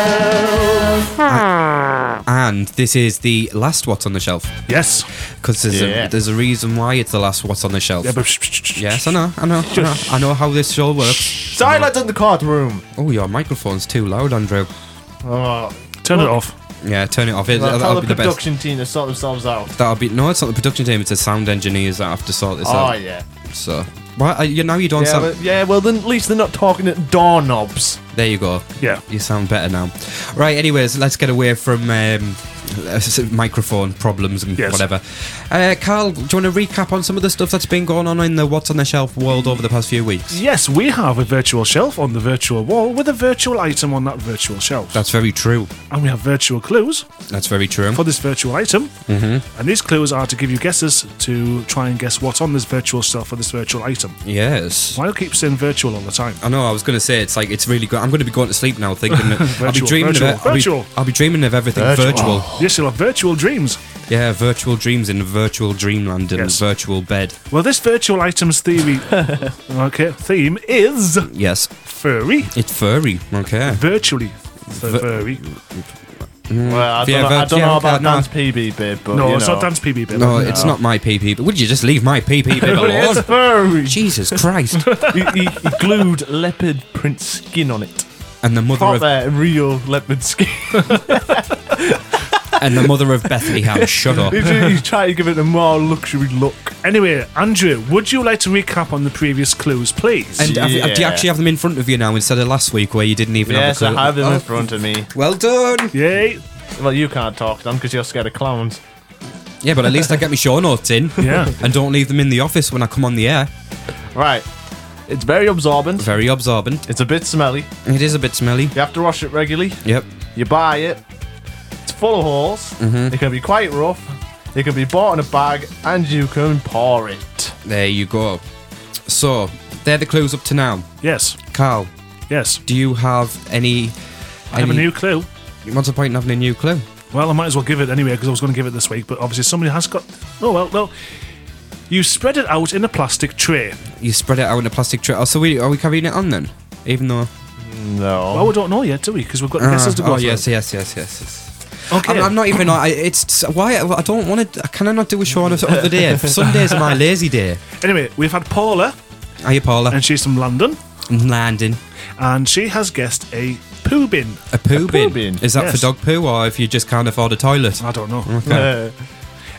[SPEAKER 5] shelf?
[SPEAKER 4] And this is the last what's on the shelf.
[SPEAKER 5] Yes.
[SPEAKER 4] Because there's,
[SPEAKER 5] Yeah.
[SPEAKER 4] a, there's a reason why it's the last what's on the shelf.
[SPEAKER 5] Yeah, but
[SPEAKER 4] yes, I know, I know, I know. I know how this show works.
[SPEAKER 7] Silence in the courtroom.
[SPEAKER 4] Oh, your microphone's too loud, Andrew.
[SPEAKER 7] Oh.
[SPEAKER 5] Turn it off.
[SPEAKER 4] Yeah, turn it off. It-
[SPEAKER 7] Well,
[SPEAKER 4] that'll,
[SPEAKER 7] tell
[SPEAKER 4] be
[SPEAKER 7] the
[SPEAKER 4] the best.
[SPEAKER 7] production team to sort themselves out.
[SPEAKER 4] That'll be no, it's not the production team. It's the sound engineers that have to sort this
[SPEAKER 7] Oh,
[SPEAKER 4] out.
[SPEAKER 7] yeah.
[SPEAKER 4] So, why? You, now you don't
[SPEAKER 7] yeah,
[SPEAKER 4] sound.
[SPEAKER 7] but- yeah, well, then at least they're not talking at doorknobs.
[SPEAKER 4] There you go.
[SPEAKER 5] Yeah.
[SPEAKER 4] You sound better now. Right, anyways, let's get away from um, s- microphone problems and
[SPEAKER 5] Yes.
[SPEAKER 4] whatever. Uh, Carl, do you want to recap on some of the stuff that's been going on in the What's on the Shelf world over the past few weeks?
[SPEAKER 5] Yes, we have a virtual shelf on the virtual wall with a virtual item on that virtual shelf.
[SPEAKER 4] That's very true.
[SPEAKER 5] and we have virtual clues
[SPEAKER 4] That's very true.
[SPEAKER 5] for this virtual item.
[SPEAKER 4] hmm
[SPEAKER 5] And these clues are to give you guesses to try and guess what's on this virtual shelf for this virtual item.
[SPEAKER 4] Yes.
[SPEAKER 5] Why do I keep saying virtual all the time?
[SPEAKER 4] I know. I was going to say it's like it's really good. I'm going to be going to sleep now, thinking that I'll be
[SPEAKER 5] Virtual,
[SPEAKER 4] dreaming
[SPEAKER 5] virtual,
[SPEAKER 4] of it. I'll be- I'll
[SPEAKER 5] virtual.
[SPEAKER 4] be, dreaming of everything virtual.
[SPEAKER 5] Oh, Yes, you'll have virtual dreams.
[SPEAKER 4] Yeah, virtual dreams in virtual dreamland and
[SPEAKER 5] Yes.
[SPEAKER 4] virtual bed.
[SPEAKER 5] Well, this virtual items theory, okay, theme is
[SPEAKER 4] Yes,
[SPEAKER 5] furry,
[SPEAKER 4] it's furry. Okay.
[SPEAKER 5] virtually
[SPEAKER 4] Vir-
[SPEAKER 5] furry.
[SPEAKER 4] Hmm.
[SPEAKER 7] Well, I don't,
[SPEAKER 4] Yeah,
[SPEAKER 7] know, I
[SPEAKER 4] but-
[SPEAKER 7] don't
[SPEAKER 4] yeah,
[SPEAKER 7] know
[SPEAKER 4] I
[SPEAKER 7] about
[SPEAKER 4] don't
[SPEAKER 7] Nan's
[SPEAKER 4] know.
[SPEAKER 7] PB bit, but
[SPEAKER 5] No,
[SPEAKER 7] you
[SPEAKER 5] it's
[SPEAKER 7] know.
[SPEAKER 5] not Dan's PB bit.
[SPEAKER 4] No, it's not my PP. But would you just leave my PP bit
[SPEAKER 7] But it's
[SPEAKER 4] alone?
[SPEAKER 7] furry.
[SPEAKER 4] Jesus Christ!
[SPEAKER 7] he, he- he glued leopard print skin on it.
[SPEAKER 4] And the mother of
[SPEAKER 7] Proper real leopard skin.
[SPEAKER 4] and the mother of Bethlehem. Shut up.
[SPEAKER 7] he's, he's trying to give it a more luxury look.
[SPEAKER 5] Anyway, Andrew, would you like to recap on the previous clues, please?
[SPEAKER 4] And have you- do you
[SPEAKER 7] Yeah.
[SPEAKER 4] actually have them in front of you now instead of last week where you didn't even
[SPEAKER 7] Yes,
[SPEAKER 4] have a
[SPEAKER 7] I
[SPEAKER 4] clue?
[SPEAKER 7] have them
[SPEAKER 4] Oh,
[SPEAKER 7] in front of me.
[SPEAKER 4] Well done.
[SPEAKER 5] Yay!
[SPEAKER 7] Well, you can't talk, Dan, because you're scared of clowns.
[SPEAKER 4] Yeah, but at least I get my show notes in.
[SPEAKER 5] Yeah.
[SPEAKER 4] And don't leave them in the office when I come on the air.
[SPEAKER 7] Right. It's very absorbent.
[SPEAKER 4] Very absorbent.
[SPEAKER 7] It's a bit smelly.
[SPEAKER 4] It is a bit smelly.
[SPEAKER 7] You have to wash it regularly.
[SPEAKER 4] Yep.
[SPEAKER 7] You buy it. It's full of holes.
[SPEAKER 4] Mm-hmm.
[SPEAKER 7] It can be quite rough. It can be bought in a bag, and you can pour it.
[SPEAKER 4] There you go. So, they're the clues up to now.
[SPEAKER 5] Yes,
[SPEAKER 4] Carl,
[SPEAKER 5] yes.
[SPEAKER 4] do you have any.
[SPEAKER 5] I have a new clue.
[SPEAKER 4] What's the point in having a new clue?
[SPEAKER 5] Well, I might as well give it anyway because I was going to give it this week, but obviously somebody has got. Oh well, no. You spread it out in a plastic tray.
[SPEAKER 4] You spread it out in a plastic tray. Oh, so we, are we carrying it on then? Even though.
[SPEAKER 7] No.
[SPEAKER 5] Well, we don't know yet, do we? Because we've got guesses to go
[SPEAKER 4] oh,
[SPEAKER 5] through.
[SPEAKER 4] yes, yes, yes, yes, yes.
[SPEAKER 5] Okay.
[SPEAKER 4] I'm, I'm not even. I, it's why I, I don't want to. Can I not do a show on a other day? Sundays are my lazy day.
[SPEAKER 5] Anyway, we've had Paula,
[SPEAKER 4] Are you, Paula?
[SPEAKER 5] and she's from London,
[SPEAKER 4] Landing
[SPEAKER 5] and she has guessed a poo bin.
[SPEAKER 4] a poo, bin.
[SPEAKER 7] bin,
[SPEAKER 4] Is that for
[SPEAKER 5] yes.
[SPEAKER 4] dog poo, or if you just can't afford a toilet?
[SPEAKER 5] I don't know.
[SPEAKER 4] Hmm.
[SPEAKER 7] Uh,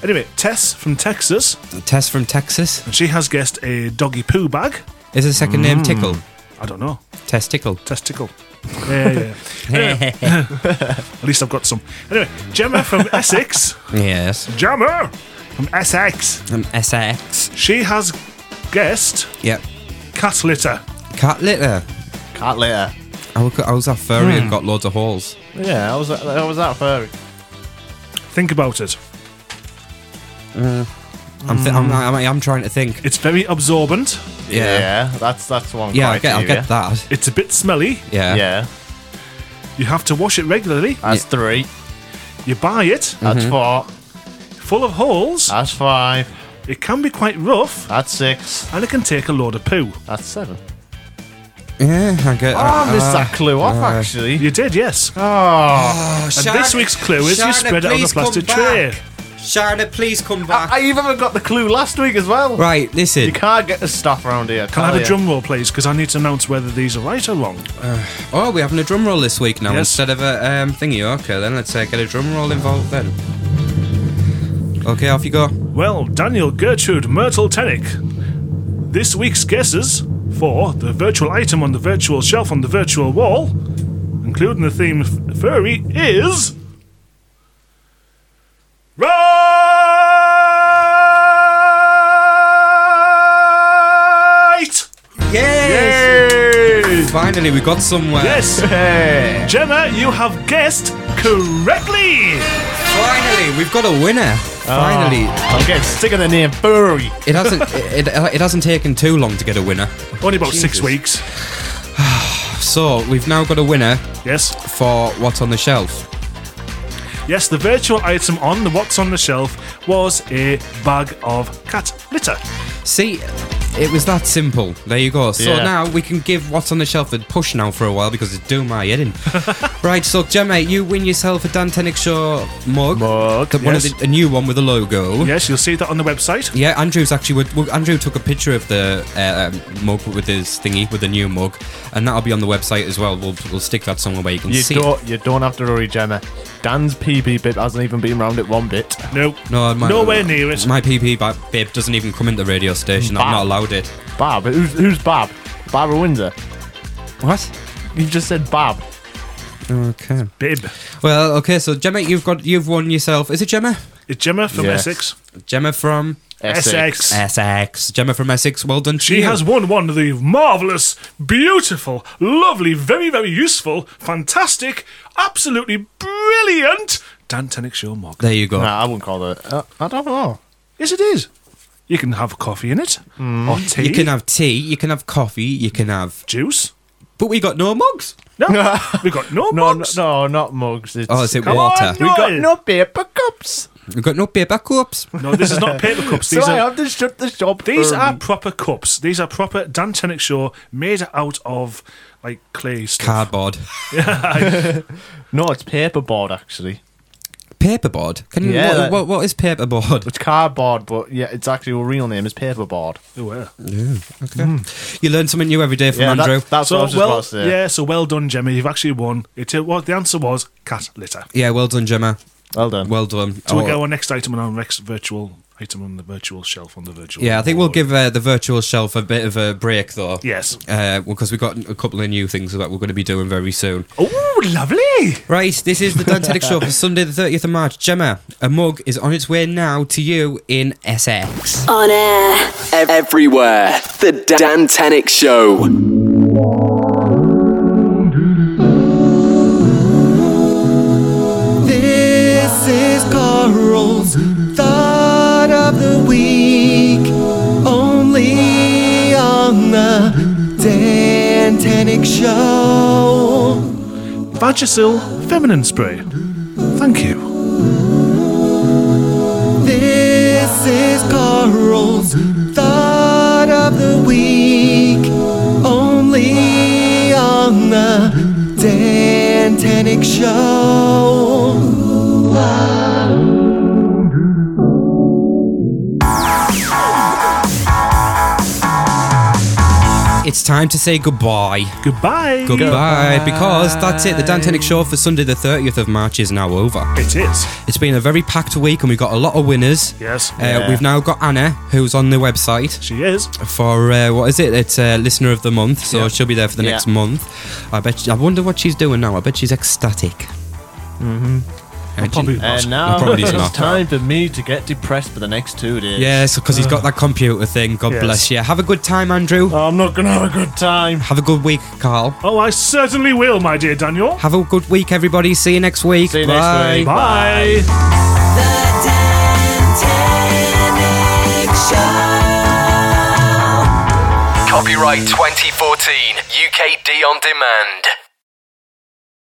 [SPEAKER 5] Anyway, Tess from Texas,
[SPEAKER 4] Tess from Texas.
[SPEAKER 5] and she has guessed a doggy poo bag. Mm.
[SPEAKER 4] Is the second name Tickle?
[SPEAKER 5] I don't know.
[SPEAKER 4] Testicle.
[SPEAKER 5] Testicle. Yeah, yeah. Anyway, at least I've got some. Anyway, Gemma from Essex.
[SPEAKER 4] Yes.
[SPEAKER 5] Gemma from Essex.
[SPEAKER 4] From Essex.
[SPEAKER 5] She has guessed
[SPEAKER 4] Yep.
[SPEAKER 5] cat litter.
[SPEAKER 4] Cat litter.
[SPEAKER 7] Cat litter.
[SPEAKER 4] I was, I was that furry
[SPEAKER 5] Hmm.
[SPEAKER 4] and got loads of holes.
[SPEAKER 7] Yeah, I was that, I was that furry.
[SPEAKER 5] Think about it.
[SPEAKER 4] I'm, th- I'm, I'm, I'm trying to think.
[SPEAKER 5] It's very absorbent.
[SPEAKER 4] Yeah.
[SPEAKER 7] that's that's one.
[SPEAKER 4] Yeah, I get, I
[SPEAKER 7] criteria.
[SPEAKER 4] get that.
[SPEAKER 5] It's a bit smelly.
[SPEAKER 4] Yeah.
[SPEAKER 7] Yeah,
[SPEAKER 5] You have to wash it regularly.
[SPEAKER 7] that's three.
[SPEAKER 5] You buy it.
[SPEAKER 7] That's
[SPEAKER 4] Mm-hmm.
[SPEAKER 7] four.
[SPEAKER 5] Full of holes.
[SPEAKER 7] That's five.
[SPEAKER 5] It can be quite rough,
[SPEAKER 7] That's six.
[SPEAKER 5] and it can take a load of poo.
[SPEAKER 7] That's seven.
[SPEAKER 4] Yeah, I get uh,
[SPEAKER 7] Oh, I missed that clue off
[SPEAKER 4] Ah.
[SPEAKER 7] actually.
[SPEAKER 5] You did, yes.
[SPEAKER 7] Oh,
[SPEAKER 4] uh,
[SPEAKER 5] and this week's clue is you spread it on a plastic tray.
[SPEAKER 4] Sharna, please come back.
[SPEAKER 7] I, I even got the clue last week as well.
[SPEAKER 4] right, listen.
[SPEAKER 7] You can't get the stuff around here.
[SPEAKER 5] Can I have a
[SPEAKER 7] ya?
[SPEAKER 5] drum roll, please? Because I need to announce whether these are right or wrong.
[SPEAKER 4] Oh, we're having a drum roll this week now
[SPEAKER 5] Yes.
[SPEAKER 4] instead of a um, thingy. Okay, then let's uh, get a drum roll involved then. Okay, off you go.
[SPEAKER 5] Well, Daniel, Gertrude, Myrtle, Tenick. This week's guesses for the virtual item on the virtual shelf on the virtual wall, including the theme f- furry, is. Right!
[SPEAKER 4] Yes!
[SPEAKER 5] Yay!
[SPEAKER 4] Finally, we got somewhere.
[SPEAKER 5] Yes!
[SPEAKER 7] Hey.
[SPEAKER 5] Gemma, you have guessed correctly!
[SPEAKER 4] Finally, we've got a winner. Finally,
[SPEAKER 7] I'm getting sick of the name furry.
[SPEAKER 4] it hasn't it, it, it hasn't taken too long to get a winner.
[SPEAKER 5] Only about
[SPEAKER 4] Jesus.
[SPEAKER 5] six weeks.
[SPEAKER 4] So we've now got a winner
[SPEAKER 5] Yes.
[SPEAKER 4] for what's on the shelf.
[SPEAKER 5] Yes, the virtual item on the What's on the Shelf was a bag of cat litter.
[SPEAKER 4] See, it was that simple. There you go. So
[SPEAKER 7] Yeah.
[SPEAKER 4] now we can give what's on the shelf a push now for a while because it's doing my head in. right, so Gemma, you win yourself a Dan Tenick Show mug.
[SPEAKER 5] Mug,
[SPEAKER 4] The- one of
[SPEAKER 5] yes.
[SPEAKER 4] the, a new one with a logo.
[SPEAKER 5] Yes, you'll see that on the website.
[SPEAKER 4] Yeah, Andrew's actually. would- would- Andrew took a picture of the uh, um, mug with his thingy, with the new mug, and that'll be on the website as well. We'll, we'll stick that somewhere where you can
[SPEAKER 7] You
[SPEAKER 4] see.
[SPEAKER 7] don't. You don't have to worry, Gemma. Dan's PB bit hasn't even been round it one bit.
[SPEAKER 5] No,
[SPEAKER 4] it. No, my,
[SPEAKER 5] nowhere near it.
[SPEAKER 4] My PP ba- bib doesn't even come in the radio station.
[SPEAKER 7] Bah.
[SPEAKER 4] I've not allowed it.
[SPEAKER 7] Bob, who's, who's Bob? Barbara Windsor.
[SPEAKER 4] What?
[SPEAKER 7] You just said Bob.
[SPEAKER 4] Okay.
[SPEAKER 5] Bib.
[SPEAKER 4] Well, okay. So Gemma, you've got you've won yourself. Is it Gemma?
[SPEAKER 5] It's Gemma from
[SPEAKER 7] Yes.
[SPEAKER 5] Essex.
[SPEAKER 4] Gemma from
[SPEAKER 5] Essex.
[SPEAKER 4] Uh, Essex. Gemma from Essex. Well done. to
[SPEAKER 5] She
[SPEAKER 4] you.
[SPEAKER 5] has won one of the marvellous, beautiful, lovely, very, very useful, fantastic, absolutely brilliant Dan Tenick Show mug.
[SPEAKER 4] There you go.
[SPEAKER 7] Nah, I wouldn't call it. Oh. Uh, I don't know.
[SPEAKER 5] Yes, it is. You can have coffee in it, or tea,
[SPEAKER 4] You can have tea. You can have coffee. You can have.
[SPEAKER 5] juice.
[SPEAKER 4] But we got no mugs.
[SPEAKER 5] No, we got no,
[SPEAKER 7] No, no,
[SPEAKER 5] mugs.
[SPEAKER 7] no, not mugs. It's,
[SPEAKER 4] Oh, is it
[SPEAKER 5] Come
[SPEAKER 4] water?
[SPEAKER 5] on,
[SPEAKER 7] we got
[SPEAKER 5] Noel.
[SPEAKER 7] no paper cups.
[SPEAKER 4] We've got no paper cups.
[SPEAKER 5] No, this is not paper cups.
[SPEAKER 7] So
[SPEAKER 5] These
[SPEAKER 7] I
[SPEAKER 5] are
[SPEAKER 7] have to shut the shop.
[SPEAKER 5] These
[SPEAKER 7] early.
[SPEAKER 5] are
[SPEAKER 4] Um,
[SPEAKER 5] proper cups. These are proper Dan Tenick Show made out of like clay stuff.
[SPEAKER 4] Cardboard.
[SPEAKER 7] no, it's paperboard actually.
[SPEAKER 4] Paperboard? Can you,
[SPEAKER 7] Yeah,
[SPEAKER 4] what,
[SPEAKER 7] that-
[SPEAKER 4] what, what is paperboard?
[SPEAKER 7] It's cardboard, but yeah, its actual real name is paperboard.
[SPEAKER 5] Ooh, Oh, yeah.
[SPEAKER 4] Okay. You learn something new every day from
[SPEAKER 7] Yeah, that-
[SPEAKER 4] Andrew.
[SPEAKER 7] that's what I was just
[SPEAKER 5] well,
[SPEAKER 7] about to say.
[SPEAKER 5] yeah. So well done, Jemmy. You've actually won. It uh, well, the answer was cat litter.
[SPEAKER 4] yeah, well done, Gemma.
[SPEAKER 7] Well done.
[SPEAKER 4] Well done.
[SPEAKER 5] So
[SPEAKER 4] Oh,
[SPEAKER 5] we'll get our next item on our next virtual item on the virtual shelf on the virtual.
[SPEAKER 4] yeah, I think we'll
[SPEAKER 5] wall.
[SPEAKER 4] give uh, the virtual shelf a bit of a break, though.
[SPEAKER 5] Yes.
[SPEAKER 4] Uh, because we've got a couple of new things that we're going to be doing very soon.
[SPEAKER 5] Oh, lovely!
[SPEAKER 4] Right, this is the Dan Teddick Show for Sunday, the 30th of March. Gemma, a mug is on its way now to you in SX.
[SPEAKER 1] On air.
[SPEAKER 10] Ev- Everywhere. The Dan Tenick Show.
[SPEAKER 14] This is Carl's thought of the week, only on the Dantanic Show.
[SPEAKER 5] Vagisil feminine spray. Thank you.
[SPEAKER 14] This is Carl's thought of the week, only on the Dantanic Show.
[SPEAKER 4] It's time to say goodbye.
[SPEAKER 9] Goodbye.
[SPEAKER 4] Goodbye. Because that's it. The Dan Tenick Show for Sunday, the 30th of March, is now over.
[SPEAKER 9] It is.
[SPEAKER 4] It's been a very packed week, and we've got a lot of winners.
[SPEAKER 9] Yes.
[SPEAKER 4] Uh, We've now got Anna, who's on the website.
[SPEAKER 9] She is
[SPEAKER 4] for uh, what is it? It's uh, listener of the month, so
[SPEAKER 9] Yeah.
[SPEAKER 4] she'll be there for the
[SPEAKER 9] Yeah.
[SPEAKER 4] next month. I bet. She, I wonder what she's doing now. I bet she's ecstatic. Uh,
[SPEAKER 7] Mm-hmm.
[SPEAKER 4] And she-
[SPEAKER 7] And now
[SPEAKER 4] No, probably
[SPEAKER 7] it's
[SPEAKER 4] not.
[SPEAKER 7] time for me to get depressed for the next two days.
[SPEAKER 4] Yes, because he's got that computer thing. God
[SPEAKER 7] Yes.
[SPEAKER 4] bless you. Have a good time, Andrew.
[SPEAKER 5] Oh.
[SPEAKER 7] I'm not gonna have a good time.
[SPEAKER 4] Have a good week, Carl.
[SPEAKER 9] Oh, I certainly will, my dear Daniel.
[SPEAKER 4] Have a good week, everybody. See you next week.
[SPEAKER 9] See you next
[SPEAKER 4] Bye.
[SPEAKER 9] week. Bye.
[SPEAKER 8] oh.
[SPEAKER 10] Copyright 2014, UKD on demand.